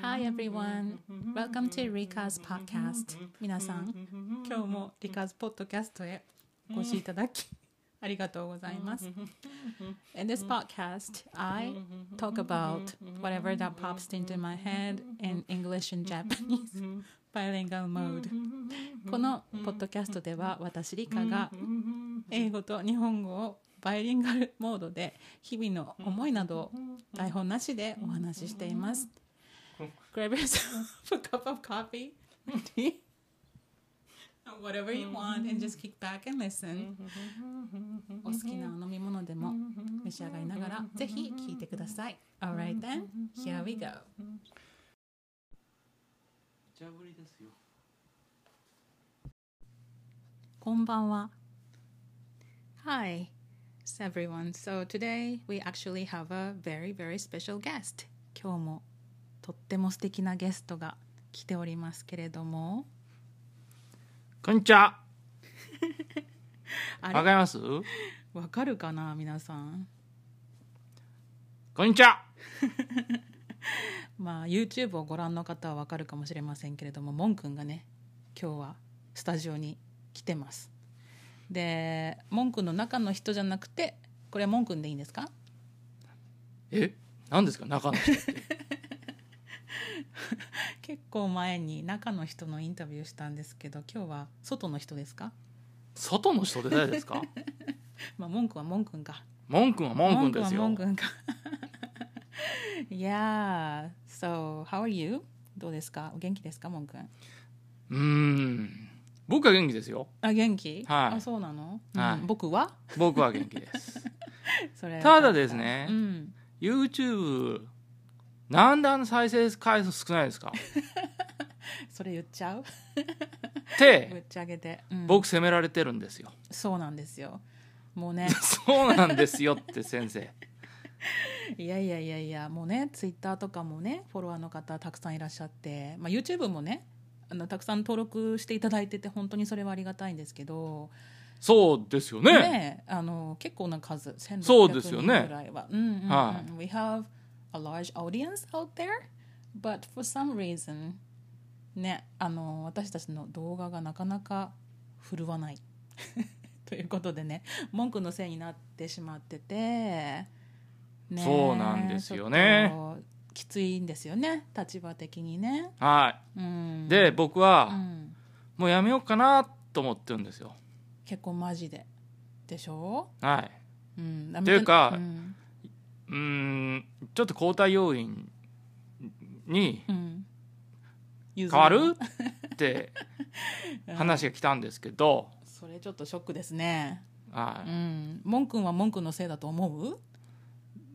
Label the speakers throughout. Speaker 1: Hi everyone. Welcome to Rika's podcast. 皆さん、今日もリカ 's ポッドキャストへお越しいただきありがとうございます。In this podcast, I talk about whatever that pops into my head in English and Japanese bilingual mode. このポッドキャストでは私リカが英語と日本語をバイリンガルモードで日々の思いなどを台本なしでお話ししています。Grab yourself a cup of coffee, tea, and whatever you want, and just kick back and listen. お好きなお飲み物でも召し上がりながらぜひ聞いてください。Alright then, here we go.
Speaker 2: ジャブリですよ。
Speaker 1: こんばんは。Hi, s everyone. So today we actually have a very, very special guest. 今日もとっても素敵なゲストが来ておりますけれども。
Speaker 2: こんに ちは。
Speaker 1: あ
Speaker 2: わ
Speaker 1: れ
Speaker 2: かります。
Speaker 1: わかるかな皆さん。
Speaker 2: こんにちは。
Speaker 1: まあ YouTube をご覧の方はわかるかもしれませんけれどもモンくんがね今日はスタジオに来てますでモンくんの中の人じゃなくてこれはモンくんでいいんですか
Speaker 2: え、なんですか、中 の人。
Speaker 1: 結構前に中の人のインタビューしたんですけど今日は外の人ですか
Speaker 2: 外の人で誰ですか。
Speaker 1: まあモンくんはモンくんか
Speaker 2: 文君は文君ですよ
Speaker 1: モン。くんはモンくんか Yeah so how are you? どうですかお元気ですかモンくん
Speaker 2: うーん。僕は元気ですよ。
Speaker 1: あ元気、
Speaker 2: はい
Speaker 1: あそうなの、
Speaker 2: はい
Speaker 1: うん僕は
Speaker 2: 僕は元気 です。
Speaker 1: それ
Speaker 2: ただですね
Speaker 1: うん、
Speaker 2: YouTube なんであの再生回数少ないですか。
Speaker 1: それ言っち ゃう
Speaker 2: っ
Speaker 1: ぶってちゃけて、うん
Speaker 2: 僕責められてるんで すよ。
Speaker 1: そうなんですよもう ね
Speaker 2: そうなんですよって先生。
Speaker 1: いやいやいやいやもうねツイッターとかもねフォロワーの方たくさんいらっしゃって、まあ、YouTube もねあのたくさん登録していただいてて本当にそれはありがたいんですけど
Speaker 2: そうですよね。
Speaker 1: あの結構な数1600
Speaker 2: そうですよね
Speaker 1: 人ぐらいはうんうんうん
Speaker 2: は
Speaker 1: We have a large audience out there but for some reason ねあの私たちの動画がなかなか振るわない ということでね文句のせいになってしまってて、ね、
Speaker 2: そうなんですよね
Speaker 1: ちょっときついんですよね立場的にね、
Speaker 2: は
Speaker 1: うん、
Speaker 2: い。、で、僕
Speaker 1: う
Speaker 2: は
Speaker 1: ん、
Speaker 2: もうやめようかなと思ってるんですよ。
Speaker 1: 結構マジででしょ、
Speaker 2: はい。
Speaker 1: うん、
Speaker 2: っていうか
Speaker 1: ん
Speaker 2: うーんちょっと交代要員に
Speaker 1: うん、変
Speaker 2: 変わるって話が来たんですけど、
Speaker 1: それちょっとショックですね
Speaker 2: は
Speaker 1: う
Speaker 2: い
Speaker 1: ん文君は文君のせいだと思う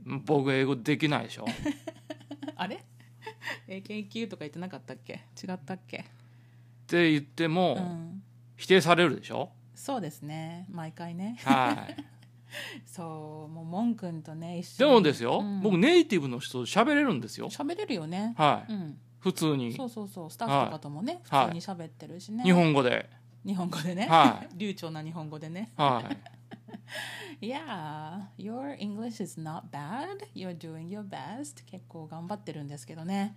Speaker 2: 僕英語できないでしょ
Speaker 1: あれ AKQ とか言ってなかったっけ違ったっけ
Speaker 2: って言って
Speaker 1: う
Speaker 2: も
Speaker 1: ん
Speaker 2: 否定されるでしょ、
Speaker 1: そうですね毎回ね
Speaker 2: はい、
Speaker 1: そうもう文君とね一
Speaker 2: で
Speaker 1: 緒に
Speaker 2: もですよ、
Speaker 1: うん
Speaker 2: 僕ネイティブの人と喋れるんですよ、
Speaker 1: 喋れるよね、
Speaker 2: は
Speaker 1: う
Speaker 2: い、
Speaker 1: ん、
Speaker 2: 普通に
Speaker 1: そうそうそうスタッフとかともね、
Speaker 2: はい
Speaker 1: 普通に喋ってるしね
Speaker 2: 日本語で、
Speaker 1: 日本語でね、
Speaker 2: は
Speaker 1: 流暢な日本語でね
Speaker 2: はい、
Speaker 1: Yeah, your English is not bad. You're doing your best. 結構頑張ってるんですけどね。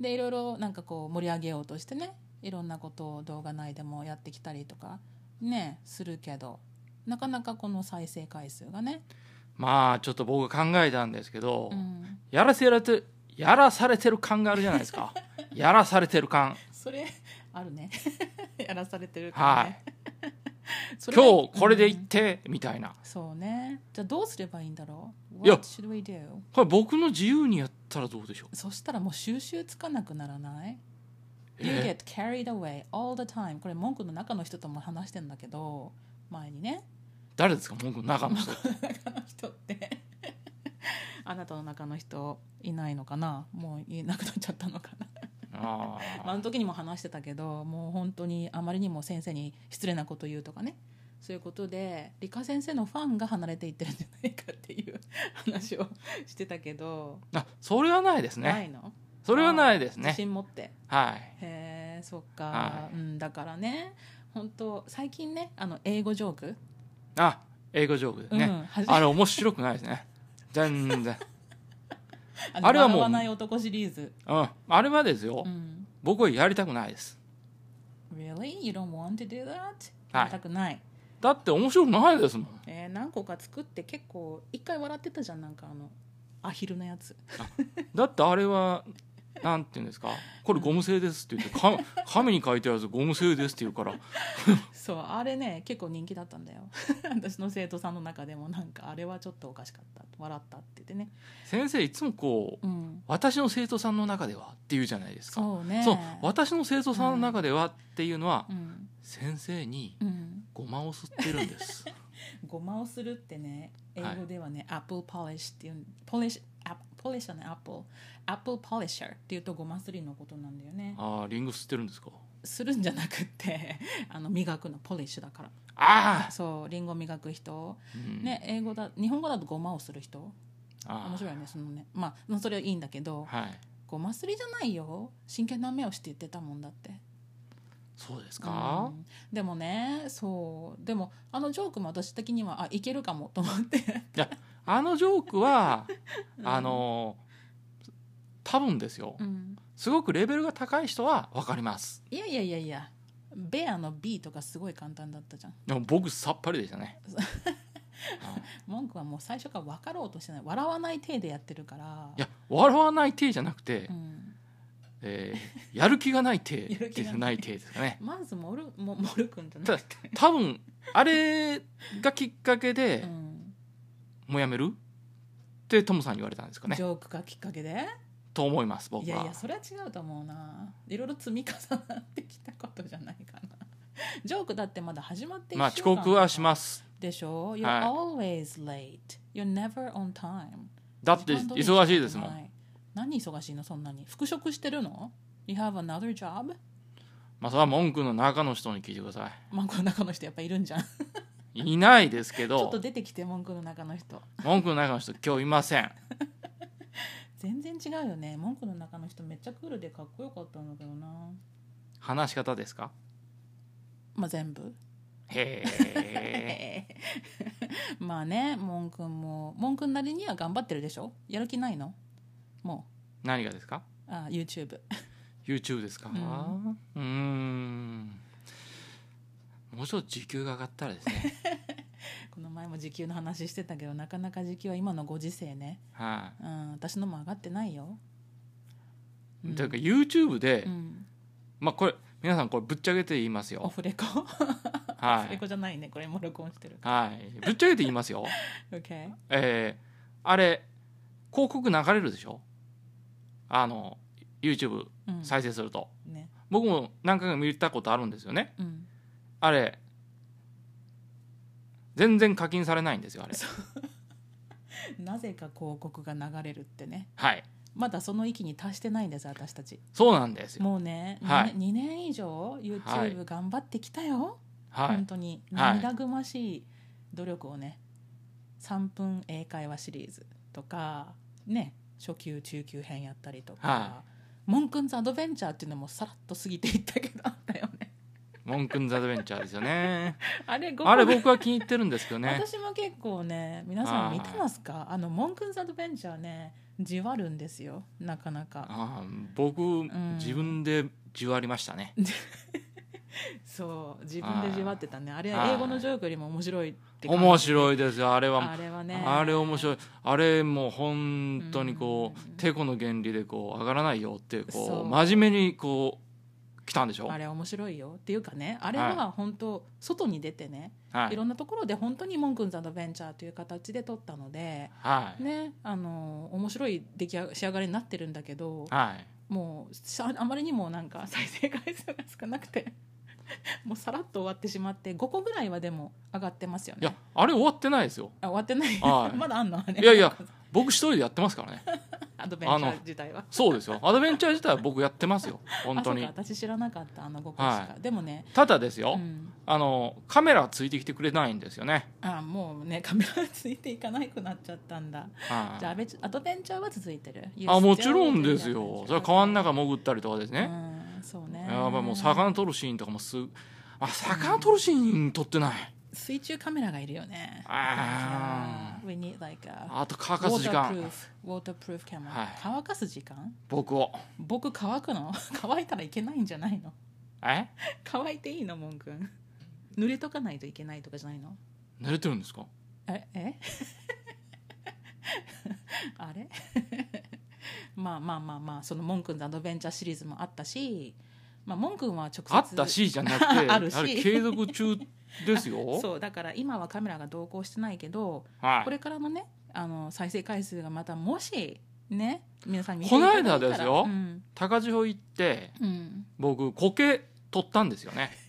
Speaker 1: で、いろいろなんかこう盛り上げようとしてね、いろんなことを動画内でもやってきたりとかね、するけど、なかなかこの再生回数がね。
Speaker 2: まあちょっと僕考えたんですけど、
Speaker 1: うん、
Speaker 2: やらせられてやらされてる感があるじゃないで すかやらされてる感
Speaker 1: それ、あるね。 やらされてるから
Speaker 2: は
Speaker 1: ね。
Speaker 2: い
Speaker 1: それ
Speaker 2: 今日これで
Speaker 1: う
Speaker 2: 行
Speaker 1: ん
Speaker 2: って、みたいな
Speaker 1: そうね。じゃあどうすればいいんだろう
Speaker 2: いや
Speaker 1: ?What should we do?
Speaker 2: これ僕の自由にやったらどうでしょう
Speaker 1: そしたらもう収集つかなくならない
Speaker 2: え
Speaker 1: You get carried away all the time これ文句の中の人とも話してんだけど前にね
Speaker 2: 誰ですか文句の中 の人
Speaker 1: 中の人って あなたの中の人いないのかなもういなくなっちゃったのかな
Speaker 2: あ
Speaker 1: まああの時にも話してたけどもう本当にあまりにも先生に失礼なこと言うとかねそういうことで理科先生のファンが離れていってるんじゃないかっていう 話をしてたけど、
Speaker 2: ーあそれはないです
Speaker 1: な
Speaker 2: ね
Speaker 1: いの
Speaker 2: それはないです
Speaker 1: 自
Speaker 2: ね
Speaker 1: 信持って
Speaker 2: はい
Speaker 1: へえそっか、
Speaker 2: は
Speaker 1: うん、だからね本当最近ねあの英語ジョーク、
Speaker 2: あ英語ジョークで
Speaker 1: う
Speaker 2: ね、
Speaker 1: ん、初め
Speaker 2: あれ面白くないですね全然
Speaker 1: あの
Speaker 2: あれはもう
Speaker 1: 笑わない男シリーズ、
Speaker 2: うん、あれはですよ、
Speaker 1: うん、
Speaker 2: 僕はやりたくないです。
Speaker 1: Really? You don't want to do that?
Speaker 2: はい
Speaker 1: やりたくない
Speaker 2: だって面白くないですもん。
Speaker 1: えー何個か作って結構一回笑ってたじゃんなんかあのアヒルのやつ
Speaker 2: だってあれは、なんていうんですか、これゴム製ですって言って、か紙に書いてあるやつゴム製ですって言うから、
Speaker 1: そうあれね結構人気だったんだよ 私の生徒さんの中でもなんかあれはちょっとおかしかった笑ったって言ってね
Speaker 2: 先生いつもこう、
Speaker 1: うん
Speaker 2: 私の生徒さんの中ではって言うじゃないですか。
Speaker 1: そうね
Speaker 2: そう私の生徒さんの中ではっていうのは、
Speaker 1: うん
Speaker 2: 先生に
Speaker 1: うん
Speaker 2: ごまを吸ってるん です。
Speaker 1: ごまをするってね英
Speaker 2: はい
Speaker 1: 語ではね、アップルポリッシュっていうポリッシュアップポリッシュねアップルアップルポリッシャーっていうとごますりのことなんだよね
Speaker 2: ああ、リンゴ吸ってるんですか。
Speaker 1: するんじゃなくって あの磨くのポリッシュだから
Speaker 2: ああ、
Speaker 1: そうリンゴ磨く人
Speaker 2: うん
Speaker 1: ね英語だ日本語だとごまをする人
Speaker 2: ああ
Speaker 1: 面白いよねそのねまあそれはいいんだけど
Speaker 2: はい。
Speaker 1: ごますりじゃないよ真剣な目をして言ってたもんだって
Speaker 2: そうですか
Speaker 1: う。んでもねそうでもあのジョークも私的にはあいけるかもと思って
Speaker 2: いや、あのジョー クは、 あのー多分ですよ、
Speaker 1: うん
Speaker 2: すごくレベルが高い人は分かります
Speaker 1: いやいやいやいやベアの B とかすごい簡単だったじゃん
Speaker 2: でも僕さっぱりでしたね、うんい
Speaker 1: 文句はもう最初から分かろうとしてない笑わない体でやってるから
Speaker 2: や笑わない手じゃなくて、
Speaker 1: うん、
Speaker 2: えーやる気がない 手
Speaker 1: やる気が
Speaker 2: な
Speaker 1: ない
Speaker 2: い手ですかね
Speaker 1: まずモルモモル君じゃ
Speaker 2: た
Speaker 1: な
Speaker 2: だ
Speaker 1: くて、
Speaker 2: 多分あれがきっかけで
Speaker 1: う、ん
Speaker 2: もうやめるってトムさんに言われたんですかね
Speaker 1: ジョークがきっかけで
Speaker 2: と思います僕はい
Speaker 1: やいやそれは違うと思うないろいろ積み重なってきたことじゃないかなジョークだってまだ始まって
Speaker 2: まあ遅刻はし
Speaker 1: す
Speaker 2: ます
Speaker 1: でしょ You're
Speaker 2: はい
Speaker 1: always late You're never on time
Speaker 2: だって忙しいですもん
Speaker 1: ん何忙しいのそんなに復職してるの You have another job?
Speaker 2: まあそれは文句の中の人に聞いてくださ
Speaker 1: 文句の中の人やっぱいるんじゃんち
Speaker 2: いいないですけ
Speaker 1: ょっ
Speaker 2: ど
Speaker 1: と出てきて文句の中の人
Speaker 2: 文句の中の人今日いません
Speaker 1: 全然違うよね文句の中の人めっちゃクールでかっこよかったんだけどな
Speaker 2: 話し方ですか
Speaker 1: まあ全部
Speaker 2: へ え
Speaker 1: まあね文句も文句なりには頑張ってるでしょやる気ないのも
Speaker 2: 何がですか
Speaker 1: うあ YouTube
Speaker 2: YouTube ですか
Speaker 1: うん
Speaker 2: うーんもうちょっと時給が上がったらで すね
Speaker 1: この前も時給の話してたけどなかなか時給は今のご時世ね、
Speaker 2: は
Speaker 1: うん、私のも上がってないよ、
Speaker 2: い、
Speaker 1: うん
Speaker 2: というか YouTube で、
Speaker 1: うん、
Speaker 2: まあこれ皆さんこれぶっちゃけて言います
Speaker 1: オ
Speaker 2: よ
Speaker 1: フレコ、オ
Speaker 2: は
Speaker 1: フレ
Speaker 2: い
Speaker 1: コじゃないねこれも録音してる
Speaker 2: はいぶっちゃけて言いますよ
Speaker 1: OK
Speaker 2: えー、あれ広告流れるでしょあの YouTube
Speaker 1: うん
Speaker 2: 再生すると、
Speaker 1: ね
Speaker 2: 僕も何回か見たことあるんですよね
Speaker 1: うん
Speaker 2: あれ全然課金されないんですよあれ
Speaker 1: なぜか広告が流れるってね
Speaker 2: はい
Speaker 1: まだその域に達してないんです私たち
Speaker 2: そうなんですよ
Speaker 1: もうね、
Speaker 2: はい
Speaker 1: 2年以上
Speaker 2: はい
Speaker 1: YouTube 頑張ってきたよ、
Speaker 2: は
Speaker 1: 本
Speaker 2: い
Speaker 1: 当に
Speaker 2: はい
Speaker 1: 涙ぐましい努力をね3分英会話シリーズとかね初級中級編やったりとか、
Speaker 2: は
Speaker 1: モンクンズアドベンチャーっていうのもさらっと過ぎていったけどあったよ ね
Speaker 2: モンクンザ・アドベンチャーですよね
Speaker 1: あれ ご
Speaker 2: あれ僕は気に入ってるんですけどね
Speaker 1: 私も結構ね皆さん見てますかあのモンクンズアドベンチャーねじわるんですよなかなか
Speaker 2: ああ僕、
Speaker 1: ん
Speaker 2: 自分でじわりましたね
Speaker 1: そう自分でじわってたねあれは英語のジョークよりも面白いって感じ
Speaker 2: 面白いですよあれは
Speaker 1: あれはね
Speaker 2: あれ面白いあれもう本当にこうてこの原理でこう上がらないよって
Speaker 1: そ
Speaker 2: こ
Speaker 1: う
Speaker 2: う真面目にこう来たんでしょ
Speaker 1: あれ面白いよっていうかねあれ
Speaker 2: は
Speaker 1: は本当外に出てね、、
Speaker 2: はいい
Speaker 1: ろんなところで本当に「モンクンズ・アドベンチャー」という形で撮ったので、
Speaker 2: はい
Speaker 1: ね、あの面白い出来上仕上がりになってるんだけど
Speaker 2: はい
Speaker 1: もうしああまりにもなんか再生回数が少なくて もうさらっと終わってしまって5個ぐらいはでも上がってますよ
Speaker 2: いや
Speaker 1: ね。
Speaker 2: あれ終わってないですよ
Speaker 1: あ終わってない、
Speaker 2: は い
Speaker 1: まだあんのあれ
Speaker 2: いやいや僕一人でやってますからね
Speaker 1: アドベンチャー自体は。
Speaker 2: そうですよアドベンチャー自体は僕やってますよ本当
Speaker 1: あ
Speaker 2: に
Speaker 1: そうか私知らなかったあの5個しか、
Speaker 2: は
Speaker 1: でもね、
Speaker 2: ただですよ、
Speaker 1: うん、
Speaker 2: あのカメラついてきてくれないんですよね、
Speaker 1: あもうねカメラついていかなくなっちゃったんだ
Speaker 2: はい
Speaker 1: じゃあアベアドベンチャーは続いてる
Speaker 2: あもちろんですよそれは川の
Speaker 1: な
Speaker 2: 中潜ったりとかです
Speaker 1: ね
Speaker 2: ね、
Speaker 1: うんそうね
Speaker 2: やばいもう魚取るシーンとかもすあ魚取るシーン撮ってない
Speaker 1: 水中カメラがいるよね。
Speaker 2: あ
Speaker 1: Yeah. We need like a
Speaker 2: あと乾かす時間
Speaker 1: waterproof, waterproof camera、
Speaker 2: はい
Speaker 1: 乾かす時間
Speaker 2: 僕を
Speaker 1: 僕乾くの 乾いたらいけないんじゃないの
Speaker 2: え
Speaker 1: 乾いていいのモン君濡れとかないといけないとかじゃないの
Speaker 2: 濡れてるんですか
Speaker 1: ええ あれ まあまあまあまあそのモン君のアドベンチャーシリーズもあったし、まあ、モン君は直接
Speaker 2: あったしじゃなくて
Speaker 1: あるし
Speaker 2: れ継続中です よ
Speaker 1: そうだから今はカメラが同行してないけど
Speaker 2: はい
Speaker 1: これからのねあの再生回数がまたもしね皆さん見
Speaker 2: この
Speaker 1: いただ
Speaker 2: 間
Speaker 1: いたら
Speaker 2: ですよ
Speaker 1: うん
Speaker 2: 高千穂行って
Speaker 1: うん、
Speaker 2: 僕苔取ったんですよね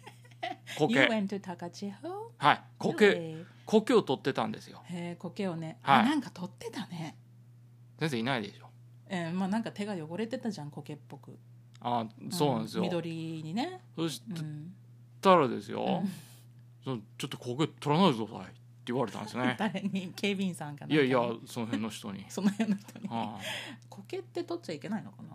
Speaker 1: You
Speaker 2: 苔
Speaker 1: went to 高千穂
Speaker 2: はい苔
Speaker 1: Really?
Speaker 2: 苔を取ってたんですよ
Speaker 1: へえ苔をね、
Speaker 2: はい
Speaker 1: あなんか取ってたね
Speaker 2: 先生いないでしょ
Speaker 1: えーまあなんか手が汚れてたじゃん苔っぽく
Speaker 2: あそうなんですよ、
Speaker 1: 緑にね、
Speaker 2: そし
Speaker 1: うん、
Speaker 2: たらですよ、
Speaker 1: うん
Speaker 2: そのちょっと苔取らないでくださいって言われたんで すね
Speaker 1: 誰に警備員さんかなんか
Speaker 2: いやいやその辺の 人に
Speaker 1: その辺の人に
Speaker 2: あ
Speaker 1: 苔って取っちゃいけないのかな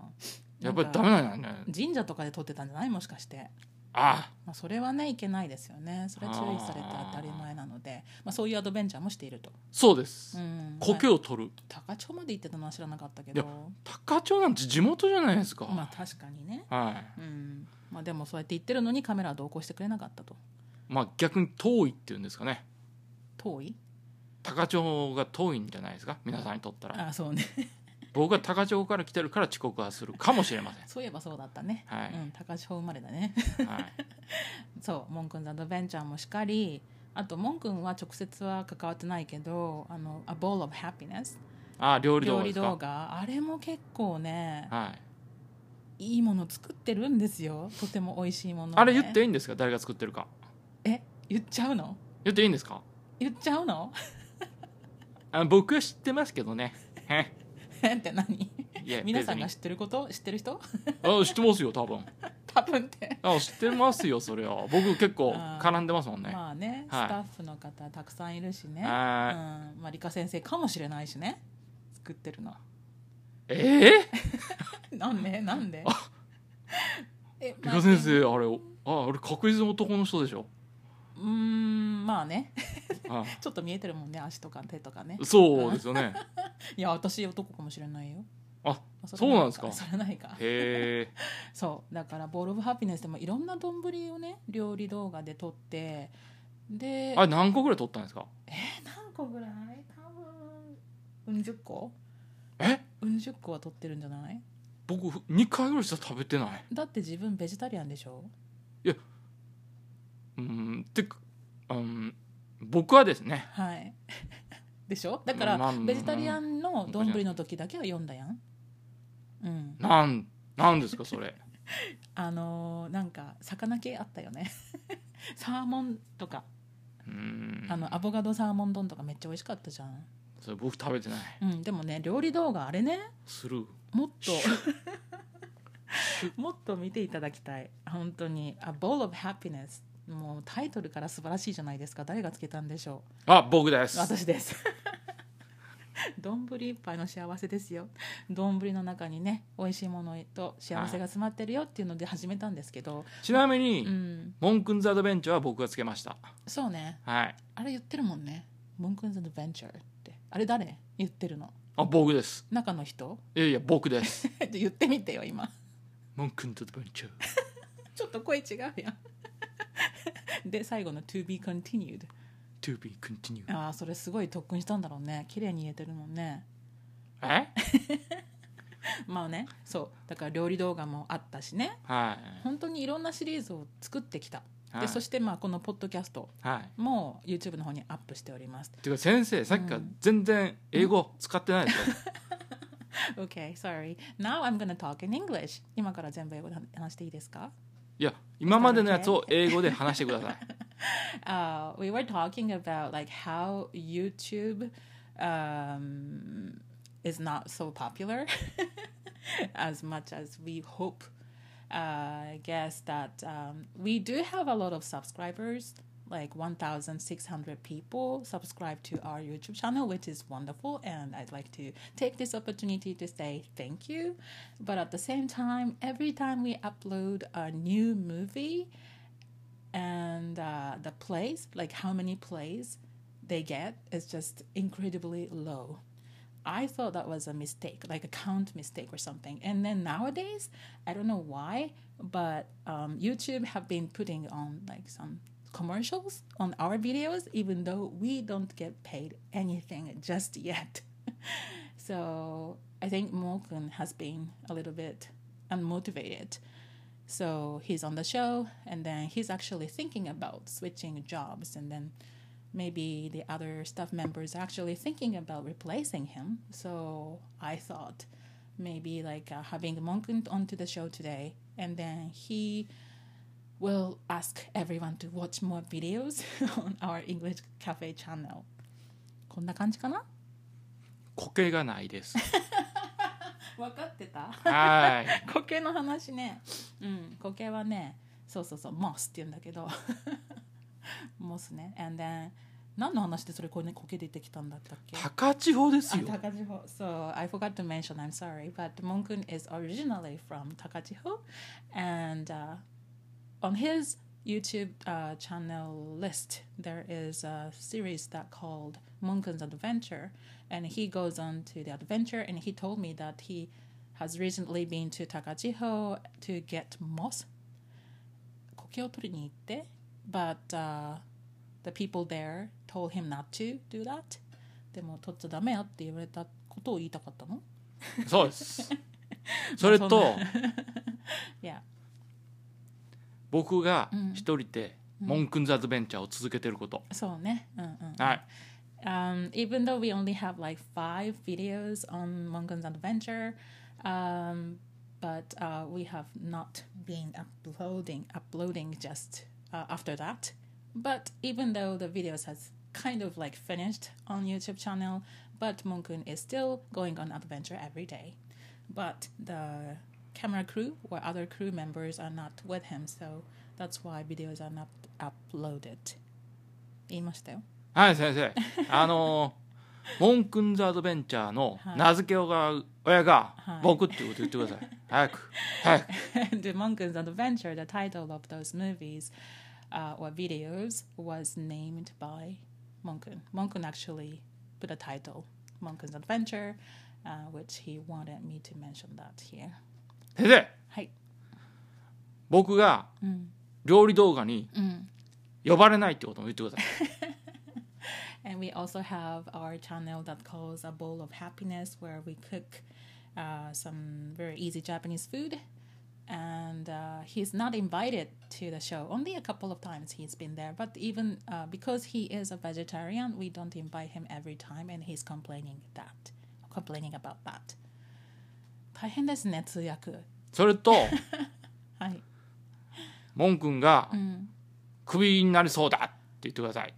Speaker 2: やっぱり
Speaker 1: なんか
Speaker 2: ダメなんだね
Speaker 1: 神社とかで取ってたんじゃないもしかして
Speaker 2: あ
Speaker 1: まあ、それはねいけないですよねそれは注意されて
Speaker 2: あー
Speaker 1: 当たり前なのでまあ、そういうアドベンチャーもしていると、
Speaker 2: そうです、
Speaker 1: うん、
Speaker 2: 苔
Speaker 1: まあ
Speaker 2: を取る
Speaker 1: 高千穂まで行ってたのは知らなかったけ
Speaker 2: い
Speaker 1: ど
Speaker 2: 高千穂なんて地元じゃないですか、
Speaker 1: まあ確かにね、
Speaker 2: はい
Speaker 1: うんまあ、でもそうやって言ってるのにカメラは同行してくれなかったと
Speaker 2: まあ逆に遠いっていうんですかね
Speaker 1: 遠い
Speaker 2: 高千穂が遠いんじゃないですか皆さんにとったら
Speaker 1: あそうね
Speaker 2: 僕は高千穂から来てるから遅刻はするかもしれません
Speaker 1: そういえばそうだったね、
Speaker 2: はい
Speaker 1: うん、高千穂生まれだね
Speaker 2: はい
Speaker 1: そうモン君のアドベンチャーもしかりあとモン君は直接は関わってないけど「あの A Bowl of Happiness
Speaker 2: ああ料」理
Speaker 1: 料
Speaker 2: 動画
Speaker 1: 理
Speaker 2: です
Speaker 1: 動
Speaker 2: か
Speaker 1: 画あれも結構ね
Speaker 2: はい
Speaker 1: いいもの作ってるんですよとても美味しいもの、ね、
Speaker 2: あれ言っていいんですか誰が作ってるか
Speaker 1: え言っちゃうの
Speaker 2: 言っていいんですか
Speaker 1: 言っちゃうの
Speaker 2: あ僕は知ってますけどね へ
Speaker 1: って何
Speaker 2: いや
Speaker 1: 皆さんが
Speaker 2: 別
Speaker 1: 知ってること知ってる人
Speaker 2: にあ知ってますよ多分
Speaker 1: 多分って、
Speaker 2: あ知ってますよそれは僕結構絡んでますもんね、
Speaker 1: まあね、
Speaker 2: はい
Speaker 1: スタッフの方たくさんいるしね、
Speaker 2: は
Speaker 1: うんまあ、理科先生かもしれないしね作ってるの
Speaker 2: ええ
Speaker 1: なんでなんで え
Speaker 2: 理科先生あれああれ確実に男の人でしょ
Speaker 1: うーんまあね
Speaker 2: あ
Speaker 1: ちょっと見えてるもんね足とか手とかね
Speaker 2: そうですよね
Speaker 1: いや私男かもしれないよ
Speaker 2: あ
Speaker 1: まあ
Speaker 2: そうなんですか
Speaker 1: それはないか
Speaker 2: へえ
Speaker 1: そうだから「ボール・オブ・ハピネス」でもいろんな丼をね料理動画で撮ってで
Speaker 2: あれ何個ぐらい取ったんですか
Speaker 1: 何個ぐらい多分うん十個
Speaker 2: え
Speaker 1: うん十個は撮ってるんじゃない
Speaker 2: 僕2回ぐらいしか食べてない
Speaker 1: だって自分ベジタリアンでしょ
Speaker 2: うんてかうん僕はですね
Speaker 1: はい でしょだか
Speaker 2: まあ
Speaker 1: ら
Speaker 2: まあ
Speaker 1: ベジタリアンの丼の時だけは読んだやんうん
Speaker 2: なんなんですかそれ
Speaker 1: あのーなんか魚系あったよねサーモンとか
Speaker 2: うん
Speaker 1: あのアボカドサーモン丼とかめっちゃ美味しかったじゃん、
Speaker 2: それ僕食べてない
Speaker 1: うん、でもね料理動画あれね
Speaker 2: スルー
Speaker 1: もっともっと見ていただきたい本当に「A Bowl of Happiness」もうタイトルから素晴らしいじゃないですか誰がつけたんでしょ
Speaker 2: あ僕で
Speaker 1: う
Speaker 2: す
Speaker 1: 私です丼一杯の幸せですよ丼の中にね美味しいものと幸せが詰まってるよっていうので始めたんですけど、
Speaker 2: ちなみに、
Speaker 1: うん
Speaker 2: モンクンズアドベンチャーは僕がつけました
Speaker 1: そうね
Speaker 2: はい
Speaker 1: あれ言ってるもんね「モンクンズ・アドベンチャー」ってあれ誰言ってるの
Speaker 2: あ僕です
Speaker 1: 中の人
Speaker 2: いやいや僕です
Speaker 1: 言ってみてよ今
Speaker 2: モンクンズアドベンチャー
Speaker 1: ちょっと声違うやん。 で、最後の to be continued。
Speaker 2: to be continued
Speaker 1: ああ、それすごい特訓したんだろうね。綺麗に言えてるもんね。
Speaker 2: え
Speaker 1: まあね、そう。だから料理動画もあったしね。
Speaker 2: はい
Speaker 1: 本当にいろんなシリーズを作ってきた。
Speaker 2: は
Speaker 1: で、
Speaker 2: い
Speaker 1: そしてまあこのポッドキャスト
Speaker 2: はい
Speaker 1: も YouTube の方にアップしております。
Speaker 2: ていうか先生さっきから全然英語使ってないですよ、
Speaker 1: Okay, sorry. Now I'm gonna talk in English. 今から全部英語で話していいですか
Speaker 2: いや今までのやつを英語で話してください
Speaker 1: uh, we were talking about like how YouTube um, is not so popular as much as we hope. Uh, I guess that um, we do have a lot of subscribers, like 1,600 people subscribe to our YouTube channel, which is wonderful. And I'd like to take this opportunity to say thank you. But at the same time, every time we upload a new movie, and uh, the plays, like how many plays they get, is just incredibly low. I thought that was a mistake, like a count mistake or something. And then nowadays, I don't know why, but um, YouTube have been putting on like some commercials on our videos, even though we don't get paid anything just yet. so I think Mokun has been a little bit unmotivated. So he's on the show, and then he's actually thinking about switching jobs, and then maybe the other staff members are actually thinking about replacing him. So I thought maybe like uh, having Monkun onto the show today, and then he will ask everyone to watch more videos on our English Cafe channel. こんな感じかな
Speaker 2: 苔がないです
Speaker 1: 分かってた
Speaker 2: は ーい
Speaker 1: 苔の話ねうん苔はねそうそうそうモスって言うんだけどモスね and then 何の話でそれこれね苔出てきたんだったっけ
Speaker 2: 高千穂ですよ
Speaker 1: あ高千穂 So I forgot to mention, I'm sorry, but Monkun is originally from Takachiho, and uh, on his YouTube uh, channel list, there is a series that called Monkun's Adventure, and he goes on to the adventure, and he told me that he has recently been to Takachiho to get moss 苔を取りに行って but、uh, the people there told him not to do that でも取っちゃダメよって言われたことを言いたかったの
Speaker 2: そうですそれと
Speaker 1: いや
Speaker 2: 僕が一人でモンクンズアドベンチャーを続けてること、
Speaker 1: そうねうんうん
Speaker 2: はい
Speaker 1: um, even though we only have like five videos on Mongun's adventure, um, but uh, we have not been uploading uploading just uh, after that. But even though the videos has kind of like finished on YouTube channel, but Mongun is still going on adventure every day. But the camera crew or other crew members are not with him, so that's why videos are not uploaded. 言いましたよ。
Speaker 2: はい先生あのーモンクンズアドベンチャーの名付け親が
Speaker 1: はい
Speaker 2: 僕っていうこと言ってくだ さい早く早く
Speaker 1: the Monkey's Adventure, the title of those movies uh, or videos was named by Monkun. Monkun actually put a title, Monkey's Adventure, uh, which he wanted me to mention that here.
Speaker 2: 先生
Speaker 1: Hi.
Speaker 2: 僕が料理動画に呼ばれないってことも言ってください
Speaker 1: And we also have our channel that calls A Bowl of Happiness, where we cook uh, some very easy Japanese food. And uh, he's not invited to the show. Only a couple of times he's been there. But even uh, because he is a vegetarian, we don't invite him every time, and he's complaining that, complaining about that. 大変ですね通訳
Speaker 2: それと
Speaker 1: はい
Speaker 2: モン君がクビになりそうだって言ってください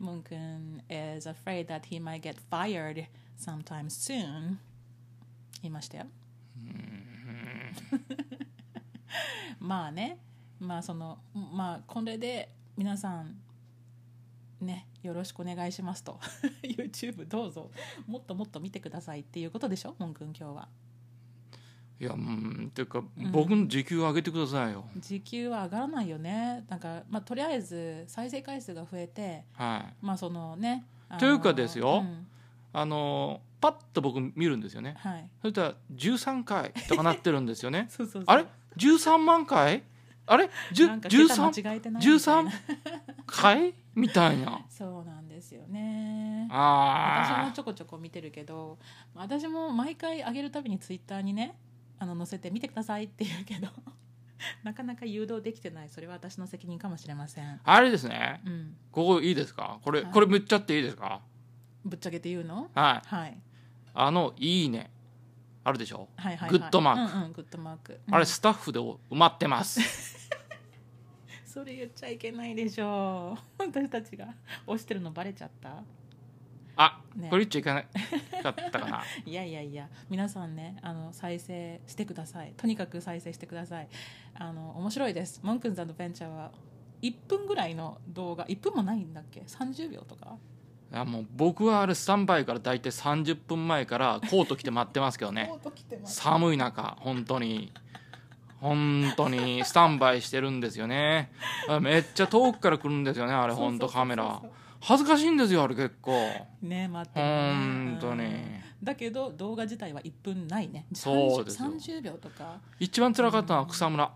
Speaker 1: Munkun is afraid that he might get fired sometime soon. いましたよ。 まあね、まあその、まあこれで皆さん、ね、よろしくお願いしますと。YouTube どうぞ、もっともっと見てくださいっていうことでしょ、文君今日は。
Speaker 2: いやうんていうか、僕の時給を上げてくださいよ
Speaker 1: 時給は上がらないよね。なんか、まあとりあえず再生回数が増えて、
Speaker 2: はい
Speaker 1: まあそのね、あの
Speaker 2: というかです
Speaker 1: う
Speaker 2: よ
Speaker 1: ん
Speaker 2: あのーパッと僕見るんですよね
Speaker 1: はい。
Speaker 2: そしたら13回とかなってるんですよね
Speaker 1: そうそうそう
Speaker 2: あれ13万回あれ
Speaker 1: なんか桁間
Speaker 2: 13
Speaker 1: 違えてないみたい
Speaker 2: 13
Speaker 1: な
Speaker 2: 回みたいな
Speaker 1: そうなんですよね私も
Speaker 2: あ
Speaker 1: ちょこちょこ見てるけど私も毎回上げるたびにツイッターにねあの載せて見てくださいって言うけど なかなか誘導できてないそれは私の責任かもしれません
Speaker 2: ああれですね
Speaker 1: うん
Speaker 2: ここいいですかこれ
Speaker 1: はい
Speaker 2: これめっちゃっていいですか
Speaker 1: ぶっちゃけて言うの
Speaker 2: はい
Speaker 1: はい
Speaker 2: あの「いいね」あるでしょ
Speaker 1: はいはいはい
Speaker 2: グッドマーク
Speaker 1: ク、うんうん、グッドマーク
Speaker 2: あれスタッフで埋まってます
Speaker 1: それ言っちゃいけないでしょう 私たちが押してるのバレちゃった
Speaker 2: あ
Speaker 1: ね
Speaker 2: これ言っちゃいけなかった かない
Speaker 1: やいやいや皆さんねあの再生してくださいとにかく再生してくださいあの面白いですモンクンズベンチャーは1分ぐらいの動画1分もないんだっけ30秒とか
Speaker 2: あもう僕はあれスタンバイから大体30分前からコート着て待ってますけどね
Speaker 1: コート着てます
Speaker 2: 寒い中本当に本当にスタンバイしてるんですよねあめっちゃ遠くから来るんですよねあれ
Speaker 1: そうそう
Speaker 2: 本当
Speaker 1: そう
Speaker 2: カメラ
Speaker 1: そう
Speaker 2: 恥ずかしいんですよあれ結構
Speaker 1: ね待ってるね
Speaker 2: 本当
Speaker 1: う
Speaker 2: に
Speaker 1: んだけど動画自体は1分ないね
Speaker 2: そうですよ
Speaker 1: 30秒とか
Speaker 2: 一番辛かったのは草むら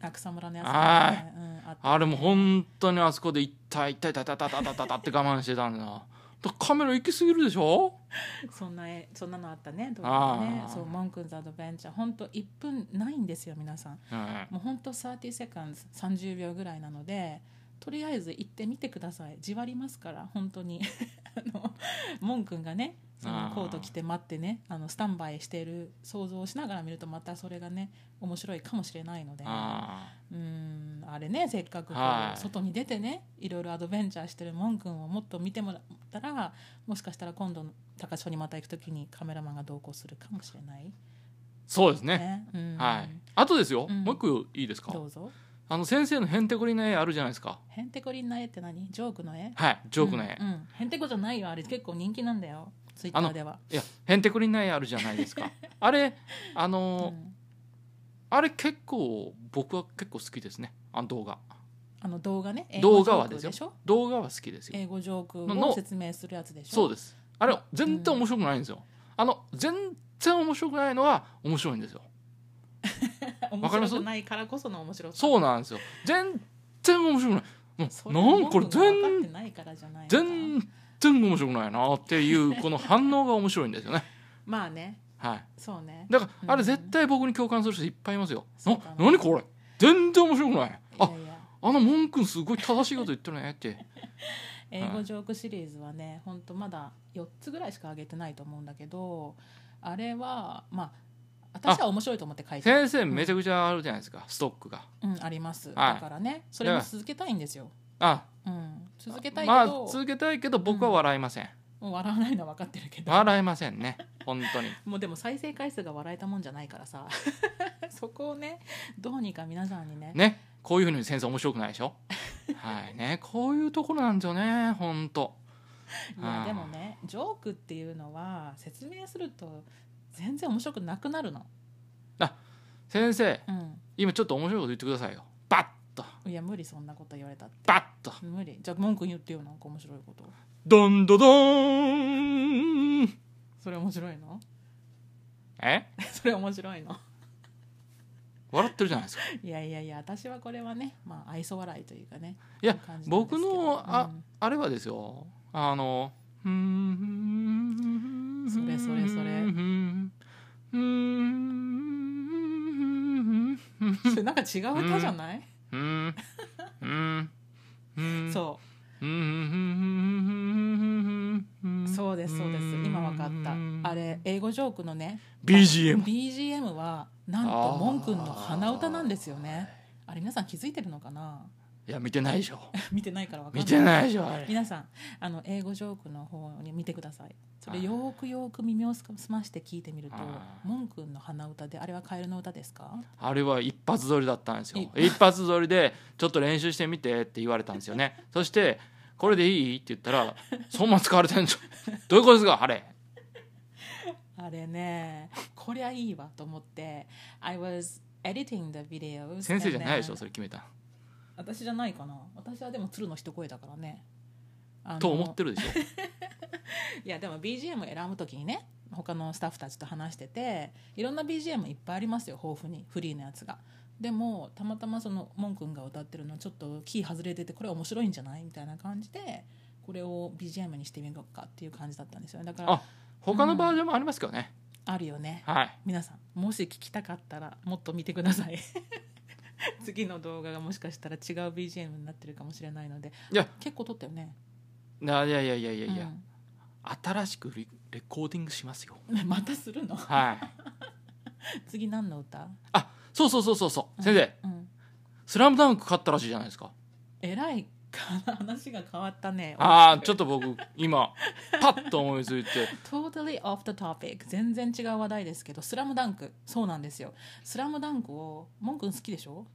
Speaker 1: あ草むらのやつ
Speaker 2: あ
Speaker 1: ねうん、あっ
Speaker 2: あれも本当にあそこで痛い痛い痛い痛い痛い痛い痛い痛いって我慢してたんだなだからカメラ行き過ぎるでしょ
Speaker 1: そんな絵そんなのあったね動画ね
Speaker 2: あー
Speaker 1: そう「モンクンズ・アドベンチャー」本当1分ないんですよ皆さん
Speaker 2: うん
Speaker 1: もう本当30セカンズ30秒ぐらいなのでとりあえず行ってみてくださいじわりますから本当に あのモン君がねその
Speaker 2: あー
Speaker 1: コート着て待ってねあのスタンバイしている想像をしながら見るとまたそれがね面白いかもしれないので
Speaker 2: あ
Speaker 1: うんあれねせっかくこう
Speaker 2: はい
Speaker 1: 外に出てねいろいろアドベンチャーしてるモン君をもっと見てもらったらもしかしたら今度の高潮にまた行く時にカメラマンが同行するかもしれない
Speaker 2: そうですね
Speaker 1: ね。うん
Speaker 2: はいあとですよ、
Speaker 1: うん
Speaker 2: もう一個いいですか
Speaker 1: どうぞ
Speaker 2: あの先生のへんてこりな絵あるじゃないですか
Speaker 1: ヘンテコリンな絵って何ジョークの絵
Speaker 2: はいジョークな絵、
Speaker 1: うんうんヘンテコじゃないよあれ結構人気なんだよツイッタ
Speaker 2: あ
Speaker 1: ー
Speaker 2: の
Speaker 1: ではい
Speaker 2: やへんてこりな絵あるじゃないで すかあれあ
Speaker 1: う
Speaker 2: のー、
Speaker 1: ん
Speaker 2: あれ結構僕は結構好きですねあの動画
Speaker 1: あの動画ね英語
Speaker 2: 動
Speaker 1: ジョ
Speaker 2: 画
Speaker 1: ー
Speaker 2: は
Speaker 1: ク
Speaker 2: ですよ
Speaker 1: しょ
Speaker 2: 動画は好きですよ
Speaker 1: 英語ジョークを
Speaker 2: の
Speaker 1: 説明するやつでしょ
Speaker 2: そうですあれ全然面白くないんですよ、あの全然面白くないのは面白いんですよ
Speaker 1: 面
Speaker 2: わかりま
Speaker 1: 白
Speaker 2: す
Speaker 1: くないからこその面白さ
Speaker 2: そうなんですよ全然面白くないも
Speaker 1: そうれ
Speaker 2: なんかこれ
Speaker 1: 文句が分かっ
Speaker 2: 全
Speaker 1: てないからじゃないのかな
Speaker 2: 全然面白くないなっていうこの反応が面白いんですよね
Speaker 1: まあね
Speaker 2: はい
Speaker 1: そうね
Speaker 2: だか
Speaker 1: うん
Speaker 2: らあれ絶対僕に共感する人いっぱいいますよ、
Speaker 1: そう
Speaker 2: な
Speaker 1: かな
Speaker 2: 何これ全然面白くない
Speaker 1: いや
Speaker 2: あ
Speaker 1: いや
Speaker 2: あの文君すごい正しいこと言ってる ねって
Speaker 1: 英語ジョークシリーズはね本当まだ4つぐらいしか上げてないと思うんだけどあれはまあ私は面白いと思って書いてる
Speaker 2: 先生めちゃくちゃあるじゃないですかストックが
Speaker 1: うんありますだ
Speaker 2: はい
Speaker 1: からねそれも続けたいんですよ
Speaker 2: あ
Speaker 1: うん続けたいけど、
Speaker 2: まあ続けたいけど僕は笑いません、
Speaker 1: もう笑わないのは分かってるけど
Speaker 2: 笑いませんね本当 に
Speaker 1: もうでも再生回数が笑えたもんじゃないからさそこをねどうにか皆さんにね
Speaker 2: ねこういうふうに先生面白くないでしょはいねこういうところなんですよね本当
Speaker 1: いや
Speaker 2: あー
Speaker 1: でもねジョークっていうのは説明すると全然面白くなくなるの
Speaker 2: 先生
Speaker 1: う
Speaker 2: 今ちょっと面白いこと言ってくださいよバッと
Speaker 1: んいや無理そんなこと言われたって
Speaker 2: バッと
Speaker 1: 無理じゃあ文句言ってよなんか面白いこと
Speaker 2: どんどどーん
Speaker 1: それ面白いの
Speaker 2: え
Speaker 1: それ面白いの
Speaker 2: 笑ってるじゃないですか
Speaker 1: いやいやいや私はこれはねまあ愛想笑いというかね
Speaker 2: いや
Speaker 1: そういう感じなんですけ
Speaker 2: 僕
Speaker 1: ど
Speaker 2: のあ,、
Speaker 1: うん
Speaker 2: あれはですよあのうーん
Speaker 1: それそれそれ
Speaker 2: うーんうーん
Speaker 1: それなんか違う歌じゃない、
Speaker 2: うーんうーんうーん
Speaker 1: そうそうですそうです今わかったあれ英語ジョークのね
Speaker 2: BGM
Speaker 1: BGM はなんと
Speaker 2: あー
Speaker 1: モン君の鼻歌なんですよねあれ皆さん気づいてるのかな
Speaker 2: いや見てないでしょ
Speaker 1: 見てないからわかんない
Speaker 2: 見てないでしょあれ
Speaker 1: 皆さんあの英語ジョークの方に見てくださいそれよーくよーく耳をすまして聞いてみると
Speaker 2: あー
Speaker 1: モン君の鼻歌であれはカエルの歌ですか
Speaker 2: あれは一発撮りだったんですよ
Speaker 1: い
Speaker 2: 一発撮りでちょっと練習してみてって言われたんですよねそしてこれでいいって言ったらそんな使われてんじゃんどういうことですかあれ
Speaker 1: あれねこりゃいいわと思って I was editing the videos
Speaker 2: 先生じゃないでし
Speaker 1: and
Speaker 2: ょ
Speaker 1: then-
Speaker 2: それ決めた
Speaker 1: 私じゃないかな私はでも鶴の一声だからねあの
Speaker 2: と思ってるでしょ
Speaker 1: いやでも BGM を選ぶときにね他のスタッフたちと話してていろんな BGM いっぱいありますよ豊富にフリーのやつがでもたまたまそのモン君が歌ってるのちょっとキー外れててこれ面白いんじゃないみたいな感じでこれを BGM にしてみようかっていう感じだったんですよねだからあ
Speaker 2: あ他のバージョンもありますけどね
Speaker 1: るよね
Speaker 2: はい
Speaker 1: 皆さんもし聞きたかったらもっと見てください 次の動画がもしかしたら違う BGM になってるかもしれないので
Speaker 2: いや
Speaker 1: 結構撮ったよね
Speaker 2: ないやいやいやいやいうや
Speaker 1: ん
Speaker 2: 新しくリレコーディングしますよ
Speaker 1: またするの
Speaker 2: はい
Speaker 1: 次何の歌
Speaker 2: あそうそうそうそうそう先生
Speaker 1: うん
Speaker 2: スラムダンク勝ったらしいじゃないですか
Speaker 1: えらいか話が変わったね
Speaker 2: ああちょっと僕今パッと思いついて
Speaker 1: Totally off the topic 全然違う話題ですけど「スラムダンクそうなんですよ「スラムダンクをモン君好きでしょ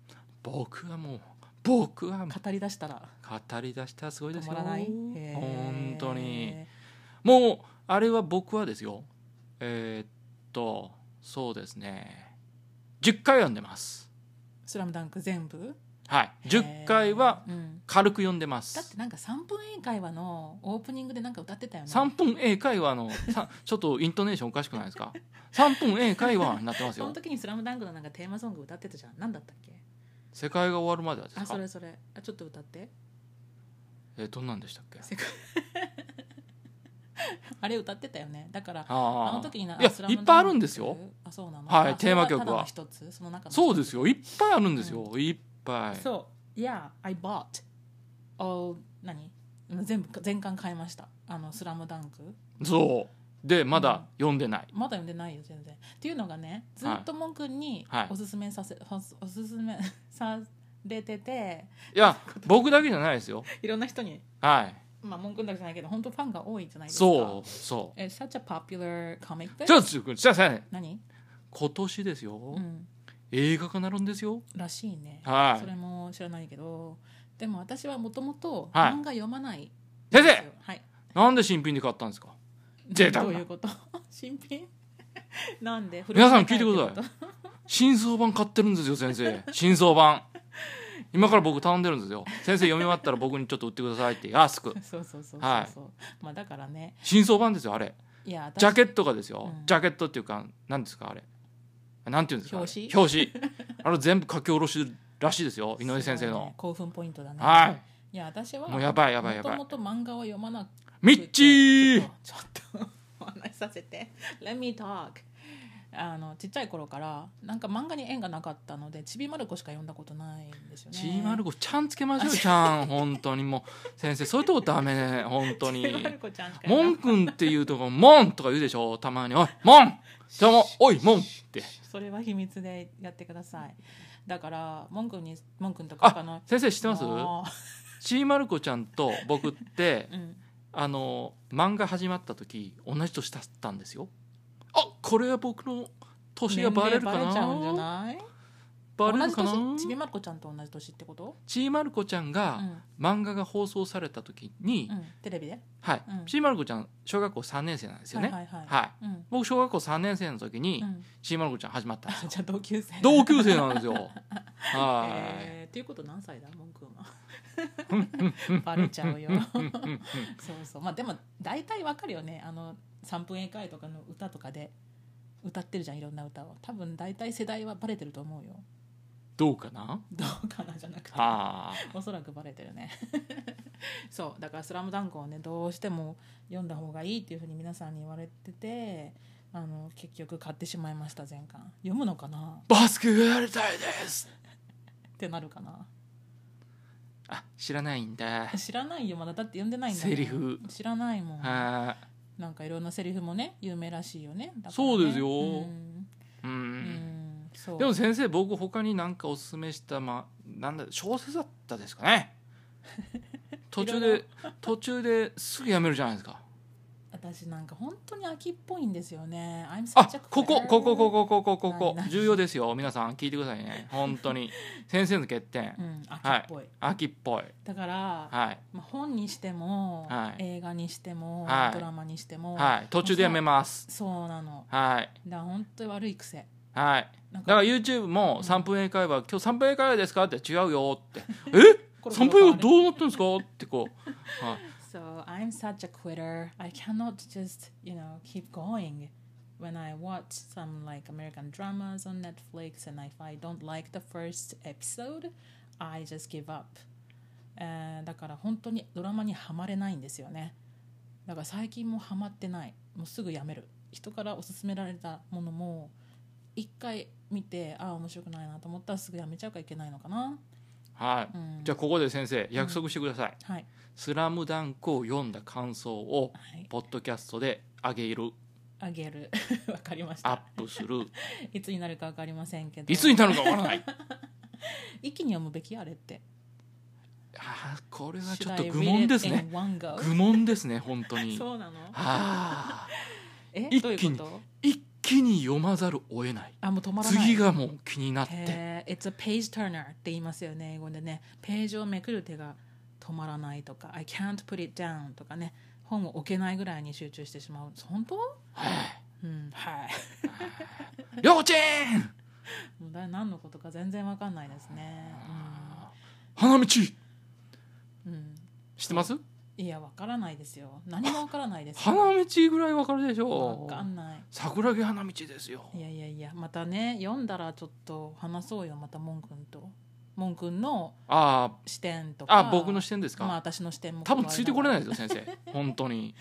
Speaker 2: 僕はもう僕はもう
Speaker 1: 語り出したら
Speaker 2: 語り出したらすごいで
Speaker 1: 止
Speaker 2: す
Speaker 1: ま
Speaker 2: よ
Speaker 1: らないへー
Speaker 2: 本当にもうあれは僕はですよえーっとそうですね10回読んでます
Speaker 1: スラムダンク全部
Speaker 2: はい、10回は、
Speaker 1: へーうん
Speaker 2: 軽く読んでま
Speaker 1: だって
Speaker 2: す
Speaker 1: なんか3分英会話のオープニングでなんか歌ってたよね
Speaker 2: 3分英会話のさちょっとイントネーションおかしくないですか3分英会話になってます
Speaker 1: その
Speaker 2: よ
Speaker 1: 時に「スラムダンクのなんかテーマソング歌ってたじゃん何だったっけ
Speaker 2: 世界が終わるまではで
Speaker 1: あ
Speaker 2: す
Speaker 1: そ
Speaker 2: か
Speaker 1: れそれあちょっと歌って
Speaker 2: えどんなんでしたっけ
Speaker 1: 世界あれ歌ってたよねだからあ
Speaker 2: あ
Speaker 1: の
Speaker 2: あ
Speaker 1: 時にない
Speaker 2: や
Speaker 1: スラム
Speaker 2: い
Speaker 1: ダ
Speaker 2: っ
Speaker 1: ンク
Speaker 2: ぱいあるんですよ
Speaker 1: あそうなの
Speaker 2: はい
Speaker 1: あ
Speaker 2: テーマ曲
Speaker 1: それた
Speaker 2: は
Speaker 1: だの一つその中の一つ
Speaker 2: そうですよいっぱいあるんですよ、いっぱい
Speaker 1: そう「Yeah I bought all 何全部全巻買いましたあの「スラムダンク
Speaker 2: そうでまだ読んでない、
Speaker 1: まだ読んでないよ全然っていうのがねずっともんくんに
Speaker 2: はい
Speaker 1: おすすめさせ、おすおすすめ されてて
Speaker 2: いや僕だけじゃないですよ
Speaker 1: いろんな人に
Speaker 2: はい
Speaker 1: まあ文句だけじゃないけど本当ファンが多いじゃないですか
Speaker 2: そうそ
Speaker 1: え such a popular comic
Speaker 2: う
Speaker 1: book
Speaker 2: ちょっとちょっとちょっとね
Speaker 1: 何
Speaker 2: 今年ですよ、
Speaker 1: うん
Speaker 2: 映画化なるんですよ
Speaker 1: らしいね、
Speaker 2: はい
Speaker 1: それも知らないけどでも私はもともと
Speaker 2: はい
Speaker 1: 漫画読まない
Speaker 2: 先生
Speaker 1: はい
Speaker 2: なんで新品で買ったんですか贅沢
Speaker 1: ど
Speaker 2: な
Speaker 1: ういうこと新品 なんで
Speaker 2: 皆さん聞いてくださ
Speaker 1: 古本
Speaker 2: い
Speaker 1: 屋に入ってるこ
Speaker 2: 新装版買ってるんですよ 先生新装版今から僕頼んでるんですよ先生読み終わったら僕にちょっと売ってくださいって安く
Speaker 1: と そうそうそうそうそう、
Speaker 2: はい
Speaker 1: まあだからね
Speaker 2: 新装版ですよあれ
Speaker 1: いや私
Speaker 2: ジャケットがですよ、
Speaker 1: うん
Speaker 2: ジャケットっていうか何ですかあれなんていうんですかあれ
Speaker 1: 表紙
Speaker 2: 表紙あれ全部書き下ろしらしいですよ井上先生
Speaker 1: そう
Speaker 2: の
Speaker 1: ね、興奮ポイントだね
Speaker 2: はい
Speaker 1: いや私は
Speaker 2: もうやばいやばいやばい
Speaker 1: もともと漫画を読まなくて
Speaker 2: ミッチー
Speaker 1: ちょっとちょっとお話しさせて Let me talk あのちっちゃい頃からなんか漫画に縁がなかったのでちびまる子しか読んだことないんですよね
Speaker 2: ちーまる子ちゃんつけましょうよちゃん本当にもう先生そういうとこダメ本 当
Speaker 1: ちびま
Speaker 2: に
Speaker 1: る子ちゃんしか
Speaker 2: モ
Speaker 1: 読ん
Speaker 2: ン
Speaker 1: だ
Speaker 2: くんっていうとこモンとか言うでしょたまにおいモンどうもおいモンって
Speaker 1: それは秘密でやってくださいだからモン君にモン君とか他
Speaker 2: あ
Speaker 1: の
Speaker 2: 先生知ってます
Speaker 1: も
Speaker 2: ちーまる子ちゃんと僕って
Speaker 1: ううん
Speaker 2: あの漫画始まった時同じ年だったんですよあこれは僕の年がバレるか
Speaker 1: 年齢バレちゃうんじゃ
Speaker 2: な
Speaker 1: ない
Speaker 2: バレるかな
Speaker 1: 同じ年ちびまる子ちゃんと同じ年ってこと、
Speaker 2: ちーまる子ちゃん
Speaker 1: う
Speaker 2: が
Speaker 1: ん
Speaker 2: 漫画が放送された時に
Speaker 1: うん、テレビで
Speaker 2: はい
Speaker 1: うん
Speaker 2: ちーまる子ちゃん小学校3年生なんですよね
Speaker 1: はいはいはい、
Speaker 2: はい
Speaker 1: うん
Speaker 2: 僕小学校3年生の時に
Speaker 1: うん
Speaker 2: ちーまる子ちゃん始まったんです
Speaker 1: あ
Speaker 2: よ
Speaker 1: じゃあ同級生
Speaker 2: 同級生なんですよはい
Speaker 1: えー、っていうこと何歳だ文句はバレちゃうよそうそうまあでも大体わかるよねあの3分英会とかの歌とかで歌ってるじゃんいろんな歌を多分大体世代はバレてると思うよ
Speaker 2: どうかな
Speaker 1: どうかなじゃなくて
Speaker 2: あ
Speaker 1: おそらくバレてるね そうだから「スラムダンクをねどうしても読んだ方がいいっていうふうに皆さんに言われててあの結局買ってしまいました全巻読むのかな
Speaker 2: バスケがやりたいです
Speaker 1: ってなるかな
Speaker 2: あ知らないんだ
Speaker 1: 知らないよまだだって読んでないんだもん
Speaker 2: セリフ
Speaker 1: 知らないもん
Speaker 2: は
Speaker 1: なんかいろんなセリフもね有名らしいよねだからね
Speaker 2: そうですよ
Speaker 1: うん
Speaker 2: いうん、
Speaker 1: うんそう
Speaker 2: でも先生僕他に何かおすすめした、ま、なんだ小説だったですか ね途中
Speaker 1: いろい
Speaker 2: で途中ですぐやめるじゃないですか
Speaker 1: 私なんか本当に秋っぽいんですよね I'm
Speaker 2: あ
Speaker 1: such a
Speaker 2: ここここここここここ
Speaker 1: 何何
Speaker 2: 重要ですよ皆さん聞いてくださいね本 当に先生の欠点
Speaker 1: うん秋っぽい、
Speaker 2: 秋っぽい
Speaker 1: だから、
Speaker 2: はい
Speaker 1: まあ、本にしても、
Speaker 2: はい
Speaker 1: 映画にしても、
Speaker 2: はい
Speaker 1: ドラマにしても、
Speaker 2: はい途中でやめます
Speaker 1: そうなの
Speaker 2: はい
Speaker 1: だから本当に悪い癖
Speaker 2: はい
Speaker 1: なんか
Speaker 2: だか
Speaker 1: ら
Speaker 2: YouTube
Speaker 1: う
Speaker 2: も
Speaker 1: ん
Speaker 2: 3分英会話、今日3分英会話ですかって違うよ ってえ
Speaker 1: コロコロ
Speaker 2: 3分英
Speaker 1: 変わ
Speaker 2: 会話
Speaker 1: る
Speaker 2: どうなってんですかってこう、はい
Speaker 1: So I'm such a quitter. I cannot just, you know, keep going. When I watch some like American dramas on Netflix and if I don't like the first episode, I just give up. えーだから本当にドラマにはまれないんですよね。だから最近もハマってない。もうすぐやめる。人からおすすめられたものも一回見てああ面白くないなと思ったらすぐやめちゃうからいけないのかな。
Speaker 2: はい
Speaker 1: うん、
Speaker 2: じゃあここで先生約束してください
Speaker 1: あはい
Speaker 2: 「スラムダンクを読んだ感想を
Speaker 1: はい
Speaker 2: ポッドキャストであげる
Speaker 1: あげる わかりまし
Speaker 2: ア
Speaker 1: た。
Speaker 2: ップする
Speaker 1: いつになるかわかりませんけど
Speaker 2: いつになるかわからない
Speaker 1: 一気に読むべきあれって
Speaker 2: あーこれはちょっと愚問です
Speaker 1: Should I read it
Speaker 2: ね
Speaker 1: in one go？
Speaker 2: 愚問ですね本当に
Speaker 1: そうなの
Speaker 2: ああ
Speaker 1: え
Speaker 2: 一
Speaker 1: どうい
Speaker 2: 気
Speaker 1: う
Speaker 2: に
Speaker 1: こと
Speaker 2: 一気に読まざるを得ない
Speaker 1: あもう止まらない
Speaker 2: 次がもう気になって
Speaker 1: へー It's a page turner って言いますよね英語でねページをめくる手が止まらないとか I can't put it down とかね本を置けないぐらいに集中してしまう本当
Speaker 2: はい
Speaker 1: うんはい
Speaker 2: 幼稚園
Speaker 1: うもだ何のことか全然わかんないですね。
Speaker 2: 花道知
Speaker 1: うん、うん、
Speaker 2: ってます
Speaker 1: いやわからないですよ。何もわからないですよ。
Speaker 2: 花道ぐらいわかるでしょ
Speaker 1: わかんない。
Speaker 2: 桜木花道ですよ
Speaker 1: いやいやいやまたね読んだらちょっと話そうよまたモン君とモン君の
Speaker 2: あ
Speaker 1: 視点と
Speaker 2: あ
Speaker 1: か
Speaker 2: あ僕の視点ですか、
Speaker 1: まあ私の視点も
Speaker 2: 多分ついてこれない
Speaker 1: い
Speaker 2: ですよ先 生本当に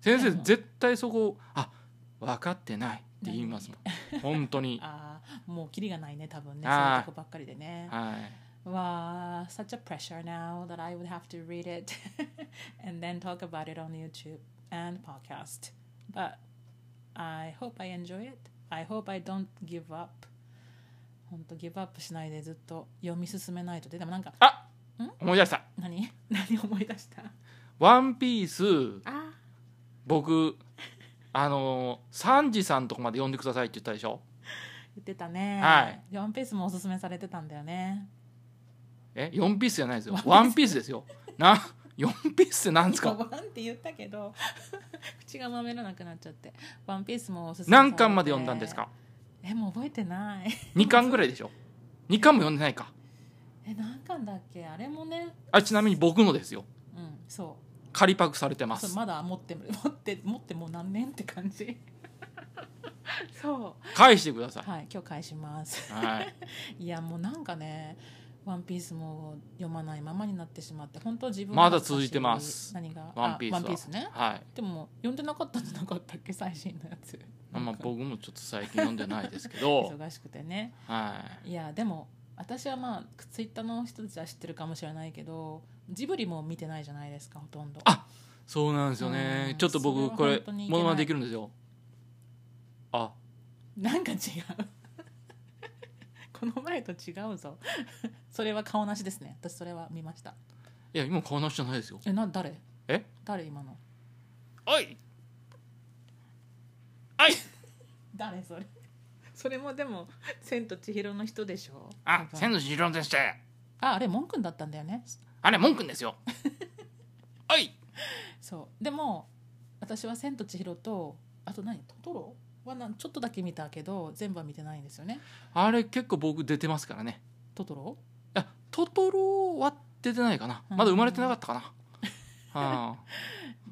Speaker 2: 先生
Speaker 1: でも
Speaker 2: 絶対そこあ分かってないって言いますもん本当に
Speaker 1: ああもうキリがないね多分ねそうい
Speaker 2: あ
Speaker 1: う
Speaker 2: あ
Speaker 1: とこばっかりでね
Speaker 2: はい
Speaker 1: わあ such a pressure now that I would have to read it and then talk about it on YouTube and podcast but I hope I enjoy it I hope I don't give up 本当ギブアップしないでずっと読み進めないとででもなんか
Speaker 2: あ思い出した
Speaker 1: 何 何思い出した
Speaker 2: 「ワンピース
Speaker 1: あ
Speaker 2: 僕あのーサンジさんとこまで読んでくださいって言ったでしょ
Speaker 1: 言ってたね
Speaker 2: はい
Speaker 1: でワンピースもおすすめされてたんだよね
Speaker 2: え四ピースじゃないですよワンピースですよな4ピースって何です
Speaker 1: ワ
Speaker 2: か
Speaker 1: ンって言ったけど 口がまめらなくなっちゃってワンピースもおすすめされて
Speaker 2: 何巻まで読んだんですか
Speaker 1: えもう覚えてない
Speaker 2: 2巻ぐらいでしょ2巻も読んでないか
Speaker 1: え何巻だっけあれもね
Speaker 2: あちなみに僕のですよ
Speaker 1: うんそう
Speaker 2: 仮パクされてま
Speaker 1: そう
Speaker 2: す
Speaker 1: まだ持ってる持って持ってもう何年って感じ そう
Speaker 2: 返してください
Speaker 1: はい今日返します
Speaker 2: はい
Speaker 1: いやもうなんかねワンピースも読まないままになってしまって本当自分
Speaker 2: まだ
Speaker 1: 恥ずかし
Speaker 2: 続いてます
Speaker 1: 何が
Speaker 2: ワンピース
Speaker 1: あ
Speaker 2: は
Speaker 1: ワンピースね
Speaker 2: はい
Speaker 1: でも読んでなかったんじゃなかったっけ 最新のやつ
Speaker 2: まあまあ僕もちょっと最近読んでないですけ ど
Speaker 1: 忙しくてね
Speaker 2: はい
Speaker 1: いやでも私はまあツイッターの人たちは知ってるかもしれないけどジブリも見てないじゃないですかほとんど
Speaker 2: あそうなんですよね
Speaker 1: うん
Speaker 2: ちょっと僕こ
Speaker 1: それは
Speaker 2: れ
Speaker 1: 本当にいけない
Speaker 2: モノマネできるんですよあ
Speaker 1: なんか違う この前と違うぞそれは顔なしですね私それは見ました
Speaker 2: いや今顔直しじゃないですよ
Speaker 1: えな誰
Speaker 2: え
Speaker 1: 誰今の
Speaker 2: おいおい
Speaker 1: 誰それそれもでも「千と千尋の人」でしょ
Speaker 2: あ
Speaker 1: 多分
Speaker 2: 千と千尋でして
Speaker 1: ああれ文句だったんだよね
Speaker 2: あれ文句ですよ おい
Speaker 1: そうでも私は「千と千尋」とあと何「トトロ」はなんちょっとだけ見たけど全部は見てないんですよね
Speaker 2: あれ結構僕出てますからね
Speaker 1: トトロ
Speaker 2: いやトトロは出てないかなまだ生まれてなかった かな、あ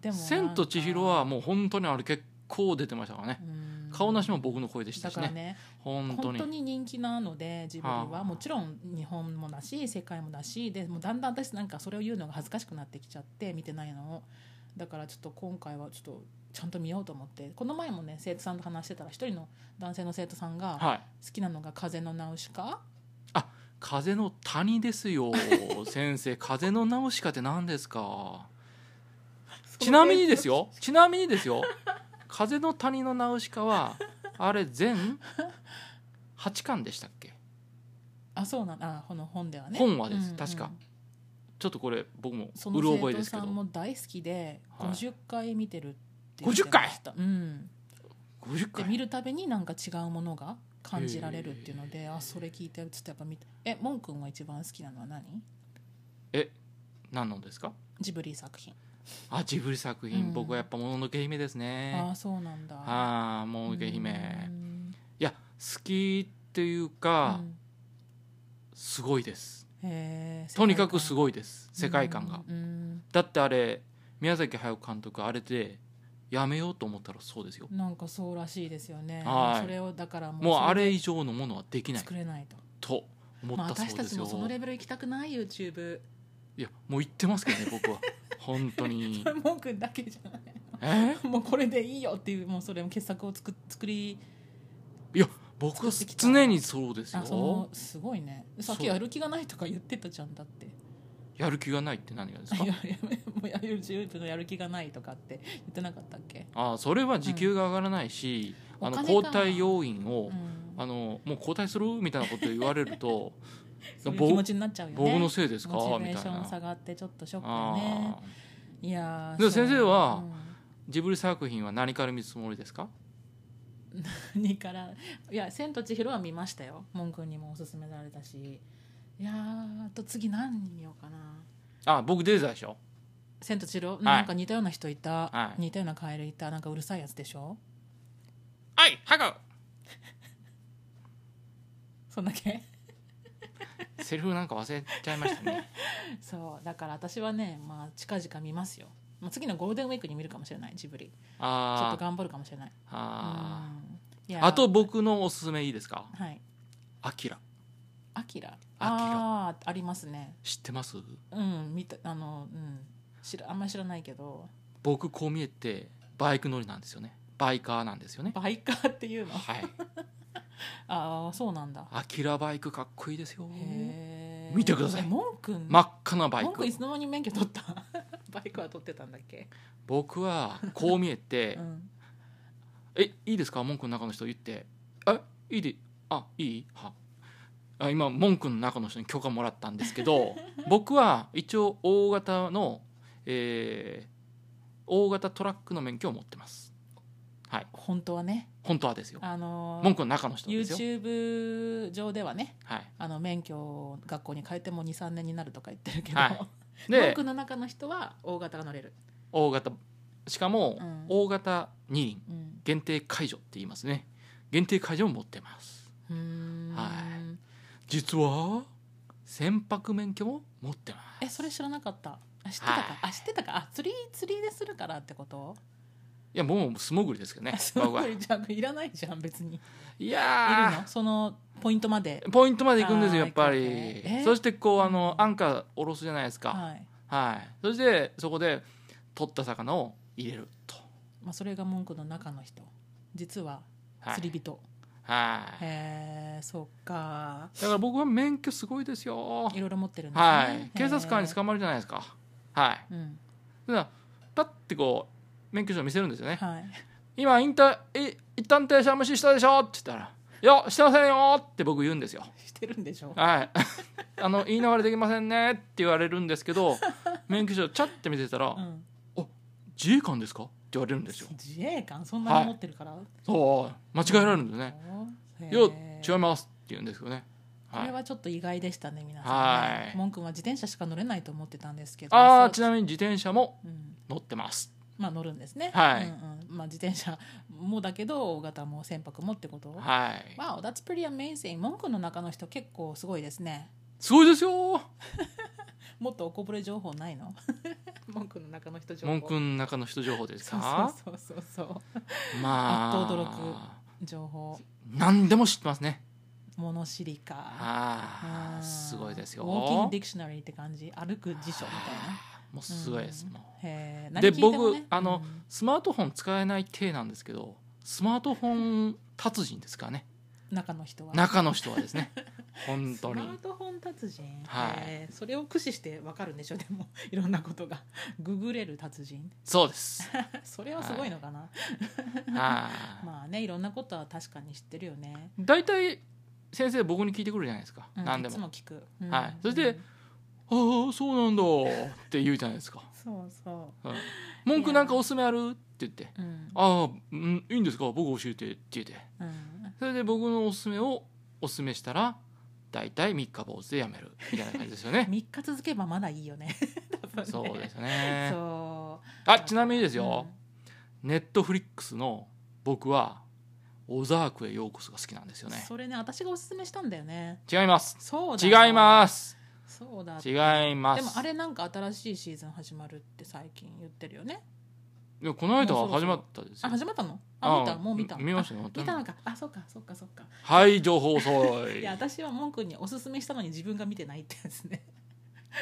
Speaker 1: で
Speaker 2: あ
Speaker 1: も
Speaker 2: 千と千尋はもう本当にあれ結構出てましたからね顔なしも僕の声でし
Speaker 1: だ
Speaker 2: たし
Speaker 1: から
Speaker 2: ね
Speaker 1: ね
Speaker 2: 本当
Speaker 1: 本
Speaker 2: に
Speaker 1: 当に人気なので自分
Speaker 2: は
Speaker 1: は
Speaker 2: あ
Speaker 1: もちろん日本もだし世界もだしでもうだんだん私なんかそれを言うのが恥ずかしくなってきちゃって見てないのをだからちょっと今回はちょっとちゃんと見ようと思ってこの前もね生徒さんと話してたら一人の男性の生徒さんが
Speaker 2: はい
Speaker 1: 好きなのが「風のナウシカ」
Speaker 2: 風の谷で すよ先生風のナウシカって何ですかちなみにですよちなみにですよ風の谷のナウシカはあれ全8巻でしたっけ
Speaker 1: あそうなんだあこの本ではね
Speaker 2: 本はです
Speaker 1: うんうん
Speaker 2: 確かちょっとこれ僕も
Speaker 1: そうの
Speaker 2: る覚
Speaker 1: 生
Speaker 2: えで
Speaker 1: 徒
Speaker 2: すけ
Speaker 1: さ
Speaker 2: ど
Speaker 1: んも大好きで
Speaker 2: はい
Speaker 1: 50回見てるって言ってましたうん
Speaker 2: 50
Speaker 1: で見
Speaker 2: 回
Speaker 1: るたびになんか違うものが感じられるっていうのであそれ聞いてるっつってやっぱ見てえモン君は一番好きなのは何
Speaker 2: 何のですか
Speaker 1: ジブリ作品、
Speaker 2: あジブリ作
Speaker 1: う
Speaker 2: 品
Speaker 1: ん
Speaker 2: 僕はやっぱ「もののけ姫」です
Speaker 1: あ
Speaker 2: ね
Speaker 1: あそうなんだ
Speaker 2: ああ「もののけ
Speaker 1: う
Speaker 2: 姫
Speaker 1: ん」
Speaker 2: いや好きっていうか
Speaker 1: うん
Speaker 2: すごいです
Speaker 1: へえ
Speaker 2: とにかくす
Speaker 1: い
Speaker 2: ごいです世界観が
Speaker 1: うん
Speaker 2: だってあれ宮崎駿監督あれでやめようと思ったらそうですよ
Speaker 1: うんなんかそうらしいですよね
Speaker 2: はい
Speaker 1: それをだからも
Speaker 2: もうあ
Speaker 1: そ
Speaker 2: れ以上のものはできない
Speaker 1: 作れないと、
Speaker 2: と思
Speaker 1: まあ、
Speaker 2: った
Speaker 1: 私
Speaker 2: そう
Speaker 1: た
Speaker 2: で
Speaker 1: ち
Speaker 2: す
Speaker 1: も
Speaker 2: よ
Speaker 1: そのレベル行きたくない YouTube
Speaker 2: いやもう言ってますけどね僕は本当 に
Speaker 1: それモン君だけじゃない
Speaker 2: え
Speaker 1: もうこれでいいよっていうもうそれも傑作を作作り
Speaker 2: いや僕は常にそうです
Speaker 1: あその
Speaker 2: よ
Speaker 1: すごいねさっ
Speaker 2: そう
Speaker 1: きやる気がないとか言ってたじゃんだって
Speaker 2: やる気がないって何がです か
Speaker 1: いやいやもうやる自分のやる気がないとかって言ってなかったっけ、
Speaker 2: ああそれは時給が上がらないし、
Speaker 1: うん
Speaker 2: あの
Speaker 1: お金
Speaker 2: 交
Speaker 1: か
Speaker 2: 代要員を、
Speaker 1: うん、
Speaker 2: あのもう交代するみたいなこと言われると
Speaker 1: そういう
Speaker 2: ぼ
Speaker 1: 気持ちになっちゃうよね
Speaker 2: 僕のせいですか
Speaker 1: モチベ
Speaker 2: み
Speaker 1: ー
Speaker 2: たい
Speaker 1: ション
Speaker 2: な
Speaker 1: 下がってちょっとショックだね
Speaker 2: ああ
Speaker 1: いやー
Speaker 2: で
Speaker 1: そう
Speaker 2: 先生は
Speaker 1: うん
Speaker 2: ジブリ作品は何から見るつもりですか
Speaker 1: 何からいや「千と千尋」は見ましたよ文君にもおすすめされたしいやーあと次何見ようかな
Speaker 2: あ僕出てたでしょ
Speaker 1: 「千と千尋」なんか似たような人いた、
Speaker 2: はい
Speaker 1: 似たようなカエルいたなんかうるさいやつでしょ
Speaker 2: はいハグ
Speaker 1: そんだ け
Speaker 2: セリフなんか忘れちゃいまし たね
Speaker 1: そうだから私はねまあ近々見ますよ、まあ、次のゴールデンウィークに見るかもしれないジブリちょっと
Speaker 2: あー
Speaker 1: 頑張るかもしれない
Speaker 2: あ
Speaker 1: うんい
Speaker 2: ー
Speaker 1: や
Speaker 2: あと僕のおすすめいいですか
Speaker 1: はい
Speaker 2: 「アキラ
Speaker 1: 「アキラ」
Speaker 2: アキラ
Speaker 1: ああありますね
Speaker 2: 知ってます
Speaker 1: うん見たあのうん知らあんまり知らないけど
Speaker 2: 僕こう見えてバイク乗りなんですよねバイカーなんですよね
Speaker 1: バイカーっていうの
Speaker 2: はい
Speaker 1: ああそうなんだ
Speaker 2: アキラバイクかっこいいですよ
Speaker 1: へー
Speaker 2: 見てください
Speaker 1: えモン君
Speaker 2: 真っ赤なバイ
Speaker 1: 文
Speaker 2: ク
Speaker 1: 句いつの間に免許取った バイクは取ってたんだっけ、
Speaker 2: 僕はこう見えて、
Speaker 1: うん、
Speaker 2: えいいですか文句の中の人言ってえいいであいいはあ今文句の中の人に許可もらったんですけど 僕は一応大型の、えー大型トラックの免許を持ってますはい
Speaker 1: 本当はね
Speaker 2: 本当はですよ
Speaker 1: あのー
Speaker 2: 文句の中の人ですよ、
Speaker 1: YouTube 上ではね
Speaker 2: はい、
Speaker 1: あの免許を学校に変えても23年になるとか言ってるけど、
Speaker 2: は
Speaker 1: 文
Speaker 2: で
Speaker 1: 句の中の人は大型が乗れる、
Speaker 2: 大型しかも
Speaker 1: うん
Speaker 2: 大型二輪
Speaker 1: うん
Speaker 2: 限定解除って言いますね限定解除も持ってます
Speaker 1: うーん
Speaker 2: は実は船舶免許も持ってます
Speaker 1: えそれ知らなかったあ知ってたか、
Speaker 2: はい
Speaker 1: あ知ってたかあ釣り釣りでするからってこと
Speaker 2: いやもう素潜りですけどね
Speaker 1: あす
Speaker 2: 僕は
Speaker 1: ごいじゃんいらないじゃん別にい
Speaker 2: い
Speaker 1: る
Speaker 2: や
Speaker 1: のそのポイントまで
Speaker 2: ーポイントまで行くんですよ
Speaker 1: あー
Speaker 2: やっぱ
Speaker 1: 行くわ
Speaker 2: り
Speaker 1: けねえ
Speaker 2: そしてこうあのアンカー下ろすじゃないですか
Speaker 1: はい
Speaker 2: はいそしてそこで取った魚を入れると
Speaker 1: まあ、それが文句の中の人実は
Speaker 2: はい
Speaker 1: 釣り人、
Speaker 2: はい
Speaker 1: へえそっか
Speaker 2: だから僕は免許すごいですよ
Speaker 1: いろいろ持ってるんですね
Speaker 2: はい警察官に
Speaker 1: ま
Speaker 2: 捕まるじゃないですかはい
Speaker 1: うん
Speaker 2: だからパッてこう免許証見せるんですよね
Speaker 1: はい、
Speaker 2: 今引退い一旦停車無視したでしょって言ったら「いやしてませんよ」って僕言うんですよ
Speaker 1: してるんでしょ
Speaker 2: はい、 あの言い逃れできませんねって言われるんですけど免許証チャッて見せたら
Speaker 1: う、ん、
Speaker 2: 自衛官ですかって言われるんですよ
Speaker 1: 自衛官そんなに持ってるから、
Speaker 2: そう間違えられるんですね、
Speaker 1: そう
Speaker 2: いや
Speaker 1: へー
Speaker 2: 違いますって言うんですよね、
Speaker 1: こ
Speaker 2: はい
Speaker 1: れ、はちょっと意外でしたね皆さんね、
Speaker 2: はい
Speaker 1: 文句は自転車しか乗れないと思ってたんですけど
Speaker 2: あ
Speaker 1: そ
Speaker 2: あ
Speaker 1: う
Speaker 2: ちなみに自転車も
Speaker 1: うん、
Speaker 2: 乗ってます
Speaker 1: まあ乗るんですね
Speaker 2: はい
Speaker 1: うんうんまあ、自転車もだけど大型も船舶もってこと、
Speaker 2: はい、
Speaker 1: Wow, that's pretty amazing 文句の中の人結構すごいですね
Speaker 2: すごいですよ
Speaker 1: もっとおこぼれ情報ない の文句の中の人情報
Speaker 2: 文句の中の人情報です
Speaker 1: そう
Speaker 2: か
Speaker 1: そうそうそうそう
Speaker 2: まあ
Speaker 1: あっと驚情報
Speaker 2: 何でも知ってますね
Speaker 1: 物知りか
Speaker 2: あ
Speaker 1: う
Speaker 2: あ
Speaker 1: ん
Speaker 2: すごいですよ
Speaker 1: ウォーキングディクショナリーって感じ歩く辞書みたいな
Speaker 2: もうすごいです、
Speaker 1: うん
Speaker 2: もう
Speaker 1: へえ何
Speaker 2: で
Speaker 1: 聞いてもね
Speaker 2: 僕あの
Speaker 1: うん
Speaker 2: スマートフォン使えない体なんですけどスマートフォン達人ですからね
Speaker 1: 中の人は
Speaker 2: 中の人はで すね本
Speaker 1: スマ
Speaker 2: 当に
Speaker 1: ートフォン達人
Speaker 2: はい
Speaker 1: へえそれを駆使してわかるんでしょでも いろんなことがググれる達人
Speaker 2: そうです
Speaker 1: それはすごいのかな
Speaker 2: はい
Speaker 1: まあねいろんなことは確かに知ってるよね
Speaker 2: 大体先生僕に聞いてくるじゃないですか、
Speaker 1: うん
Speaker 2: 何で
Speaker 1: いつ
Speaker 2: も
Speaker 1: も聞くうん
Speaker 2: はいそれで
Speaker 1: うん
Speaker 2: 「ああそうなんだ」って言うじゃない ですか
Speaker 1: そうそ
Speaker 2: 「うん文句なんかおすすめある?」って言って
Speaker 1: ううん
Speaker 2: 「ああうんいいんですか僕教えて」って言って
Speaker 1: うん
Speaker 2: それで僕のおすすめをおすすめしたら大体三日坊主でやめるみたいな感じです よね
Speaker 1: 3日続けばまだいいよね 多分ね
Speaker 2: そうですね
Speaker 1: そ
Speaker 2: あ
Speaker 1: う
Speaker 2: ちなみにですよ、ネットフリックスの僕は小沢区へようこそが好きなんです
Speaker 1: う
Speaker 2: よ
Speaker 1: ん
Speaker 2: ね
Speaker 1: それね私がおすすめしたんだよね
Speaker 2: 違います
Speaker 1: そうだ
Speaker 2: 違います
Speaker 1: すそうだで
Speaker 2: 違います
Speaker 1: もあれなんか新しいシーズン始まるって最近言ってるよね
Speaker 2: いやこの間
Speaker 1: もうそろ
Speaker 2: 始
Speaker 1: そろ
Speaker 2: まったです
Speaker 1: あ
Speaker 2: よ
Speaker 1: 始まったのあ見た
Speaker 2: ん
Speaker 1: もう見たの
Speaker 2: 見ましたよ
Speaker 1: あ見たのかあそうかそうかそうか
Speaker 2: はい情報遅
Speaker 1: い
Speaker 2: い
Speaker 1: や私は文句におすすめしたのに自分が見てないってやつね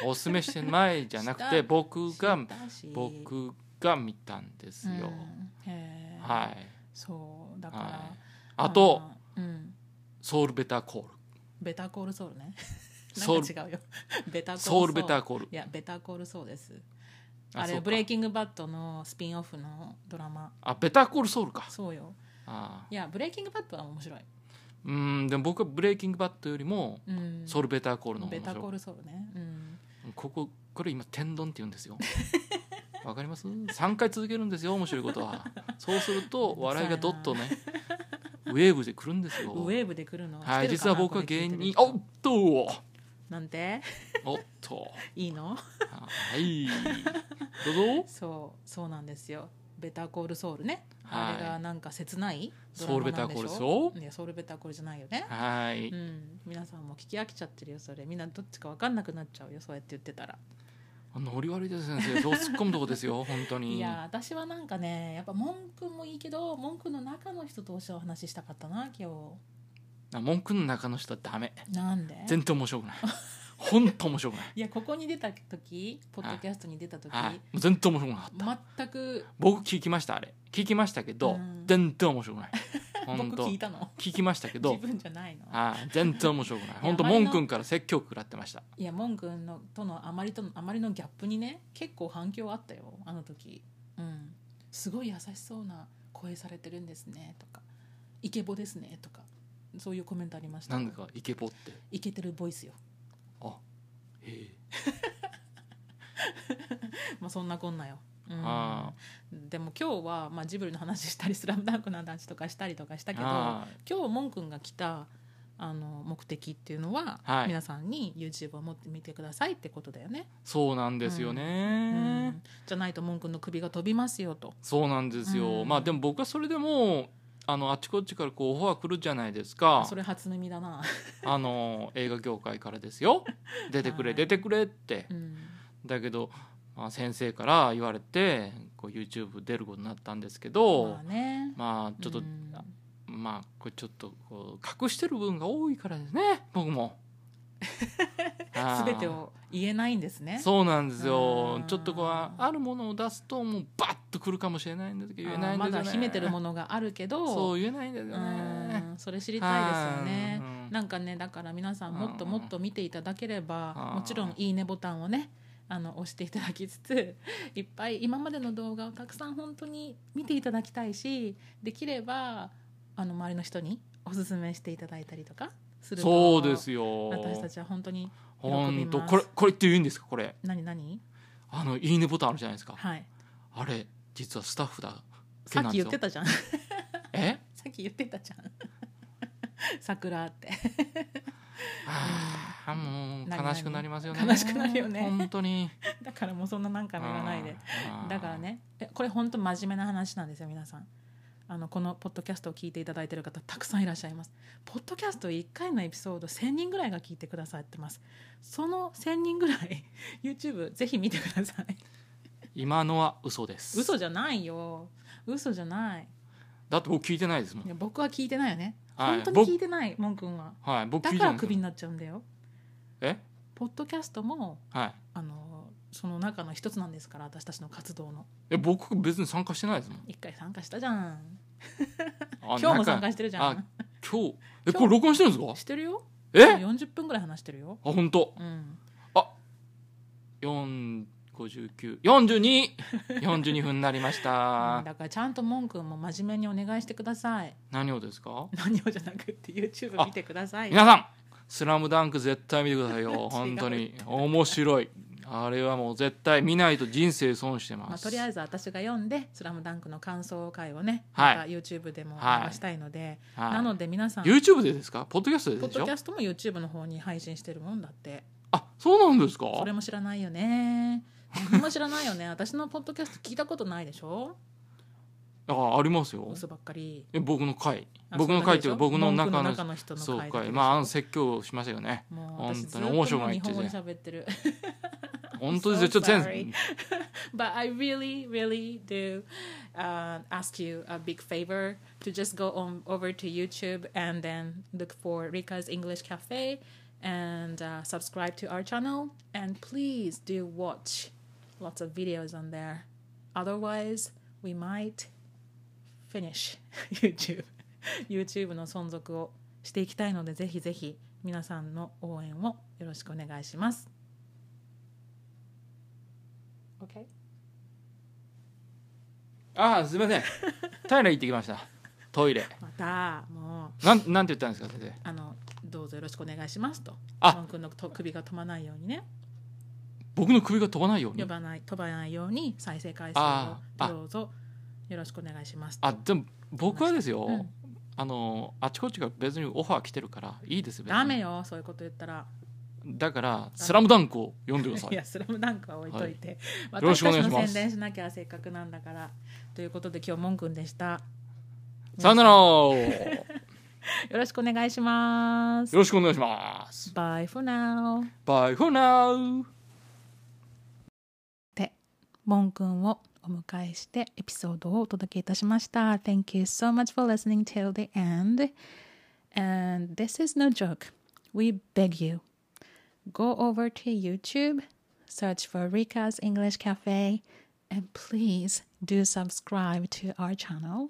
Speaker 2: おすすめしてないじゃ なくて僕が
Speaker 1: 知ったし
Speaker 2: 僕が見たんですよ、
Speaker 1: うんへえ
Speaker 2: はい、
Speaker 1: そうだから、
Speaker 2: はい、あと
Speaker 1: のうん
Speaker 2: ソウルベターコール
Speaker 1: ベタコールソウルね
Speaker 2: ソウル
Speaker 1: なんか違うよ ベタコール
Speaker 2: ソウルベター
Speaker 1: い
Speaker 2: コール
Speaker 1: やベタコールソウルです
Speaker 2: あ
Speaker 1: あ
Speaker 2: そう
Speaker 1: れ
Speaker 2: か
Speaker 1: ブレイキングバッドのスピンオフのドラマ
Speaker 2: あベターコールソウルか
Speaker 1: そうよ
Speaker 2: あ
Speaker 1: いやブレイキングバッドは面白い
Speaker 2: ーうんでも僕はブレイキングバットよりも
Speaker 1: うん
Speaker 2: ソウルベターコールの方
Speaker 1: ベ
Speaker 2: が面白
Speaker 1: タ
Speaker 2: い
Speaker 1: コールソウルねうん
Speaker 2: こここれ今天丼って言うんですよ わかります3回続けるんですよ面白いことはそうする と笑いがどっとねウェーブで来るんですよ
Speaker 1: ウェーブで来るの
Speaker 2: はい
Speaker 1: 知って
Speaker 2: 実
Speaker 1: るかな
Speaker 2: は僕は
Speaker 1: これ聞
Speaker 2: 芸
Speaker 1: いてる
Speaker 2: 人
Speaker 1: 人
Speaker 2: おっと
Speaker 1: なんて
Speaker 2: おっと
Speaker 1: いいの
Speaker 2: はいどうぞ
Speaker 1: そうそうなんですよベタコールソウルね
Speaker 2: はい
Speaker 1: あれがなんか切ないド
Speaker 2: ソウルベタ
Speaker 1: ラマなん
Speaker 2: ーコ
Speaker 1: で
Speaker 2: ー
Speaker 1: し
Speaker 2: ル
Speaker 1: ょ
Speaker 2: ですよ
Speaker 1: ねソウルベターコールじゃないよね、
Speaker 2: はい、
Speaker 1: うん、皆さんも聞き飽きちゃってるよそれみんなどっちか分かんなくなっちゃうよそうやって言ってたら、
Speaker 2: ノリ悪いです先生どう突っ込むとこ ですよ本当に
Speaker 1: いや私はなんかねやっぱ文句もいいけど文句の中の人同士お話ししたかったな今
Speaker 2: あ文句の中の人はダメ
Speaker 1: 日なんで
Speaker 2: 全然面白くない本当面白くない
Speaker 1: いやここに出た時ポッドキャストに出た時、
Speaker 2: はい、もう全然面白くなかった
Speaker 1: 全く
Speaker 2: 僕聞きましたあれ聞きましたけど、
Speaker 1: うん
Speaker 2: 全然面白 くない本
Speaker 1: 僕
Speaker 2: 当
Speaker 1: 聞い
Speaker 2: 聞
Speaker 1: たの
Speaker 2: きましたけ
Speaker 1: 自
Speaker 2: ど
Speaker 1: 分じゃないの
Speaker 2: はい全然面白く ない本当
Speaker 1: 前の
Speaker 2: 文君から説教食らってました
Speaker 1: いやモン君のとのあまりとのあまりのギャップにね結構反響あったよあの時、うん、すごい優しそうな声されてるんですねとかイケボですねとかそういうコメントありました
Speaker 2: なんだかイケボって
Speaker 1: イケてるボイスよ、
Speaker 2: あへえ
Speaker 1: まあ、そんなこんなよ、うん
Speaker 2: あ
Speaker 1: でも今日は、まあ、ジブリの話したり「スラムダンクの話とかしたりとかしたけど今
Speaker 2: あ
Speaker 1: 日モン君が来たあの目的っていうのは、
Speaker 2: はい
Speaker 1: 皆さんに YouTube を持ってみてくださいってことだよね、
Speaker 2: そうなんですよね、
Speaker 1: うんじゃないとモン君の首が飛びますよと。
Speaker 2: そうなんですよ、
Speaker 1: うん
Speaker 2: まあでも僕はそれでもあのあっちこっちからこうオファー来るじゃないですか
Speaker 1: それ初耳だな、
Speaker 2: あの映画業界からで すよ出てくれ
Speaker 1: はい
Speaker 2: 出てくれって
Speaker 1: うん、
Speaker 2: だけど、まあ、先生から言われてこう YouTube 出ることになったんですけど、
Speaker 1: まあね
Speaker 2: まあちょっと、
Speaker 1: うん
Speaker 2: まあこれちょっとこう隠してる部分が多いからですね僕もあ ー
Speaker 1: 全てを言えないんですね
Speaker 2: そうなんですよ
Speaker 1: うん
Speaker 2: ちょっとこうああるものを出すともうバッとくるかもしれないんですけど言えないんです
Speaker 1: あー
Speaker 2: よね
Speaker 1: まだ秘めてるも
Speaker 2: の
Speaker 1: のがあるけど
Speaker 2: そう言えないんですよね
Speaker 1: うんそれ知りたいですよね
Speaker 2: はいうん
Speaker 1: なんかねだから皆さんもっと
Speaker 2: うん
Speaker 1: もっと見ていただければ
Speaker 2: うん
Speaker 1: もちろん「いいね」ボタンをねあの押していただきつついっぱい今までの動画をたくさん本当に見ていただきたいしできればあの周りの人におすすめしていただいたりとかすると
Speaker 2: そうですよ
Speaker 1: 私たちは本当に喜びます
Speaker 2: 本当これこれって言うんですかこれ
Speaker 1: 何何
Speaker 2: あのいいねボタンあるじゃないですか
Speaker 1: はい
Speaker 2: あれ実はスタッフだ
Speaker 1: さっき言って
Speaker 2: た
Speaker 1: たじゃんさ
Speaker 2: え
Speaker 1: っき言ってたじゃん 桜って
Speaker 2: あーもう
Speaker 1: 何々
Speaker 2: 悲しくなりますよね
Speaker 1: 悲しくなるよね
Speaker 2: 本当に
Speaker 1: だからもうそんななんかも言わないで
Speaker 2: あー
Speaker 1: だからねえこれ本当真面目な話なんですよ皆さんあのこのポッドキャストを聞いていただいてる方たくさんいらっしゃいますポッドキャスト1回のエピソード1000人ぐらいが聞いてくださってますその1000人ぐらい YouTube ぜひ見てくださ い
Speaker 2: 今のは嘘です
Speaker 1: 嘘じゃないよ嘘じゃない
Speaker 2: だって僕聞いてないですも
Speaker 1: い
Speaker 2: ん
Speaker 1: や僕は聞いてないよね、
Speaker 2: はい
Speaker 1: 本当に聞いてないモン君は
Speaker 2: はい僕
Speaker 1: だ
Speaker 2: 聞いて
Speaker 1: から
Speaker 2: ないです
Speaker 1: クビになっちゃうんだよ
Speaker 2: え
Speaker 1: ポッドキャストも
Speaker 2: はい
Speaker 1: あのその中の一つなんですから私たちの活動の
Speaker 2: え僕別に参加してないですもん
Speaker 1: 一回参加したじゃん
Speaker 2: あ
Speaker 1: 今日も
Speaker 2: なん
Speaker 1: 参
Speaker 2: か
Speaker 1: 加してるじゃん
Speaker 2: 今日えこれ録音してるんですか
Speaker 1: してるよ
Speaker 2: えあ
Speaker 1: 40分ぐらい話してるよ
Speaker 2: 本当
Speaker 1: うん
Speaker 2: 4 5 9 4 2 42分になりまし
Speaker 1: だ
Speaker 2: た
Speaker 1: からちゃんと文君も真面目にお願いしてください
Speaker 2: 何をですか
Speaker 1: 何をじゃなくって YouTube 見てください
Speaker 2: 皆さん「スラムダンク絶対見てください
Speaker 1: 違
Speaker 2: よ
Speaker 1: う
Speaker 2: 本当に面白いあれはもう絶対見ないと人生損してます、
Speaker 1: まあ、とりあえず私が読んで「スラムダンクの感想会をね、
Speaker 2: はい
Speaker 1: また YouTube でも流
Speaker 2: はい
Speaker 1: したいので、
Speaker 2: はい
Speaker 1: なので皆さん
Speaker 2: YouTube でですかポッドキャスト
Speaker 1: ポ
Speaker 2: で
Speaker 1: ッ
Speaker 2: でし
Speaker 1: ド
Speaker 2: ょ
Speaker 1: キャストも YouTube の方に配信してるもんだって
Speaker 2: あそうなんですか
Speaker 1: それも知らないよね何も知らないよ ね私のポッドキャスト聞いたことないでしょ
Speaker 2: あありますよ
Speaker 1: 嘘ばっかり
Speaker 2: え僕の回
Speaker 1: あ
Speaker 2: 僕の回っていうか
Speaker 1: そう
Speaker 2: 僕の
Speaker 1: だけでしょ
Speaker 2: 中
Speaker 1: 文
Speaker 2: の
Speaker 1: 句の人の
Speaker 2: そう
Speaker 1: 回だけでしょ
Speaker 2: かいまああの説教しましたよね
Speaker 1: もう私
Speaker 2: 本当
Speaker 1: ずっ
Speaker 2: に
Speaker 1: とも
Speaker 2: 面
Speaker 1: う日
Speaker 2: 白くない
Speaker 1: 本
Speaker 2: って
Speaker 1: 語
Speaker 2: 言
Speaker 1: で
Speaker 2: って
Speaker 1: 喋ってる
Speaker 2: 本当ですよちょ
Speaker 1: so
Speaker 2: っと先
Speaker 1: sorry.
Speaker 2: 生
Speaker 1: But I really, really do uh, ask you a big favor to just go on over to YouTube and then look for Rika's English Cafe and uh, subscribe to our channel. And please do watch lots of videos on there. Otherwise, we might finish YouTube. YouTube の存続をしていきたいので、ぜひぜひ皆さんの応援をよろしくお願いします。Okay?
Speaker 2: ああすいません平行ってきましたトイレ
Speaker 1: またもう
Speaker 2: なんなんて言ったんですか先生
Speaker 1: あのどうぞよろしくお願いしますと
Speaker 2: あ
Speaker 1: 文君のと首が飛ばないようにね
Speaker 2: 僕の首が飛ばないよう
Speaker 1: 呼
Speaker 2: に
Speaker 1: ばない飛ばないように再生回数
Speaker 2: あーあ
Speaker 1: をどうぞよろしくお願いしますと
Speaker 2: あでも僕はですよ、
Speaker 1: うん
Speaker 2: あのあちこちが別にオファー来てるからいいです別に
Speaker 1: ダメよそういうこと言ったら
Speaker 2: だから「スラムダンクを読んでくださ
Speaker 1: い
Speaker 2: い
Speaker 1: や「スラムダンクは置いといて、
Speaker 2: よろし
Speaker 1: 私
Speaker 2: くお
Speaker 1: た
Speaker 2: 願
Speaker 1: ち
Speaker 2: いしま
Speaker 1: の
Speaker 2: す
Speaker 1: 宣伝しなきゃせっかくなんだからということで今日もんくんでした
Speaker 2: さよならよ
Speaker 1: よろしくお願いします
Speaker 2: ろしくお願いします
Speaker 1: Bye for now
Speaker 2: Bye for now
Speaker 1: でモン君をお迎えしてエピソードをお届けいたしました Thank you so much for listening till the end and this is no joke we beg you go over to YouTube search for Rika's English Cafe and please do subscribe to our channel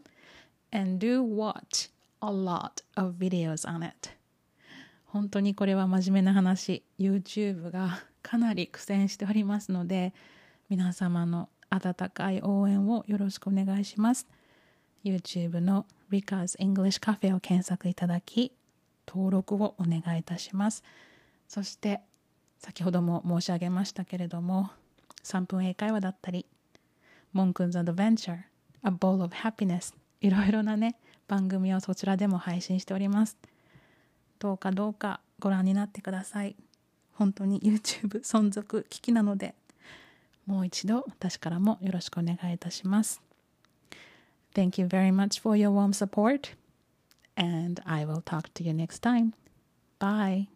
Speaker 1: and do watch a lot of videos on it 本当にこれは真面目な話 YouTube がかなり苦戦しておりますので皆様の温かい応援をよろしくお願いします YouTube の Rika's English Cafe を検索いただき登録をお願いいたしますそして先ほども申し上げましたけれども3分英会話だったりモンクンズアドベンチャー A Bowl of Happiness いろいろなね番組をそちらでも配信しておりますどうかどうかご覧になってください本当に YouTube 存続危機なのでもう一度私からもよろしくお願いいたします。Thank you very much for your warm support, and I will talk to you next time. Bye.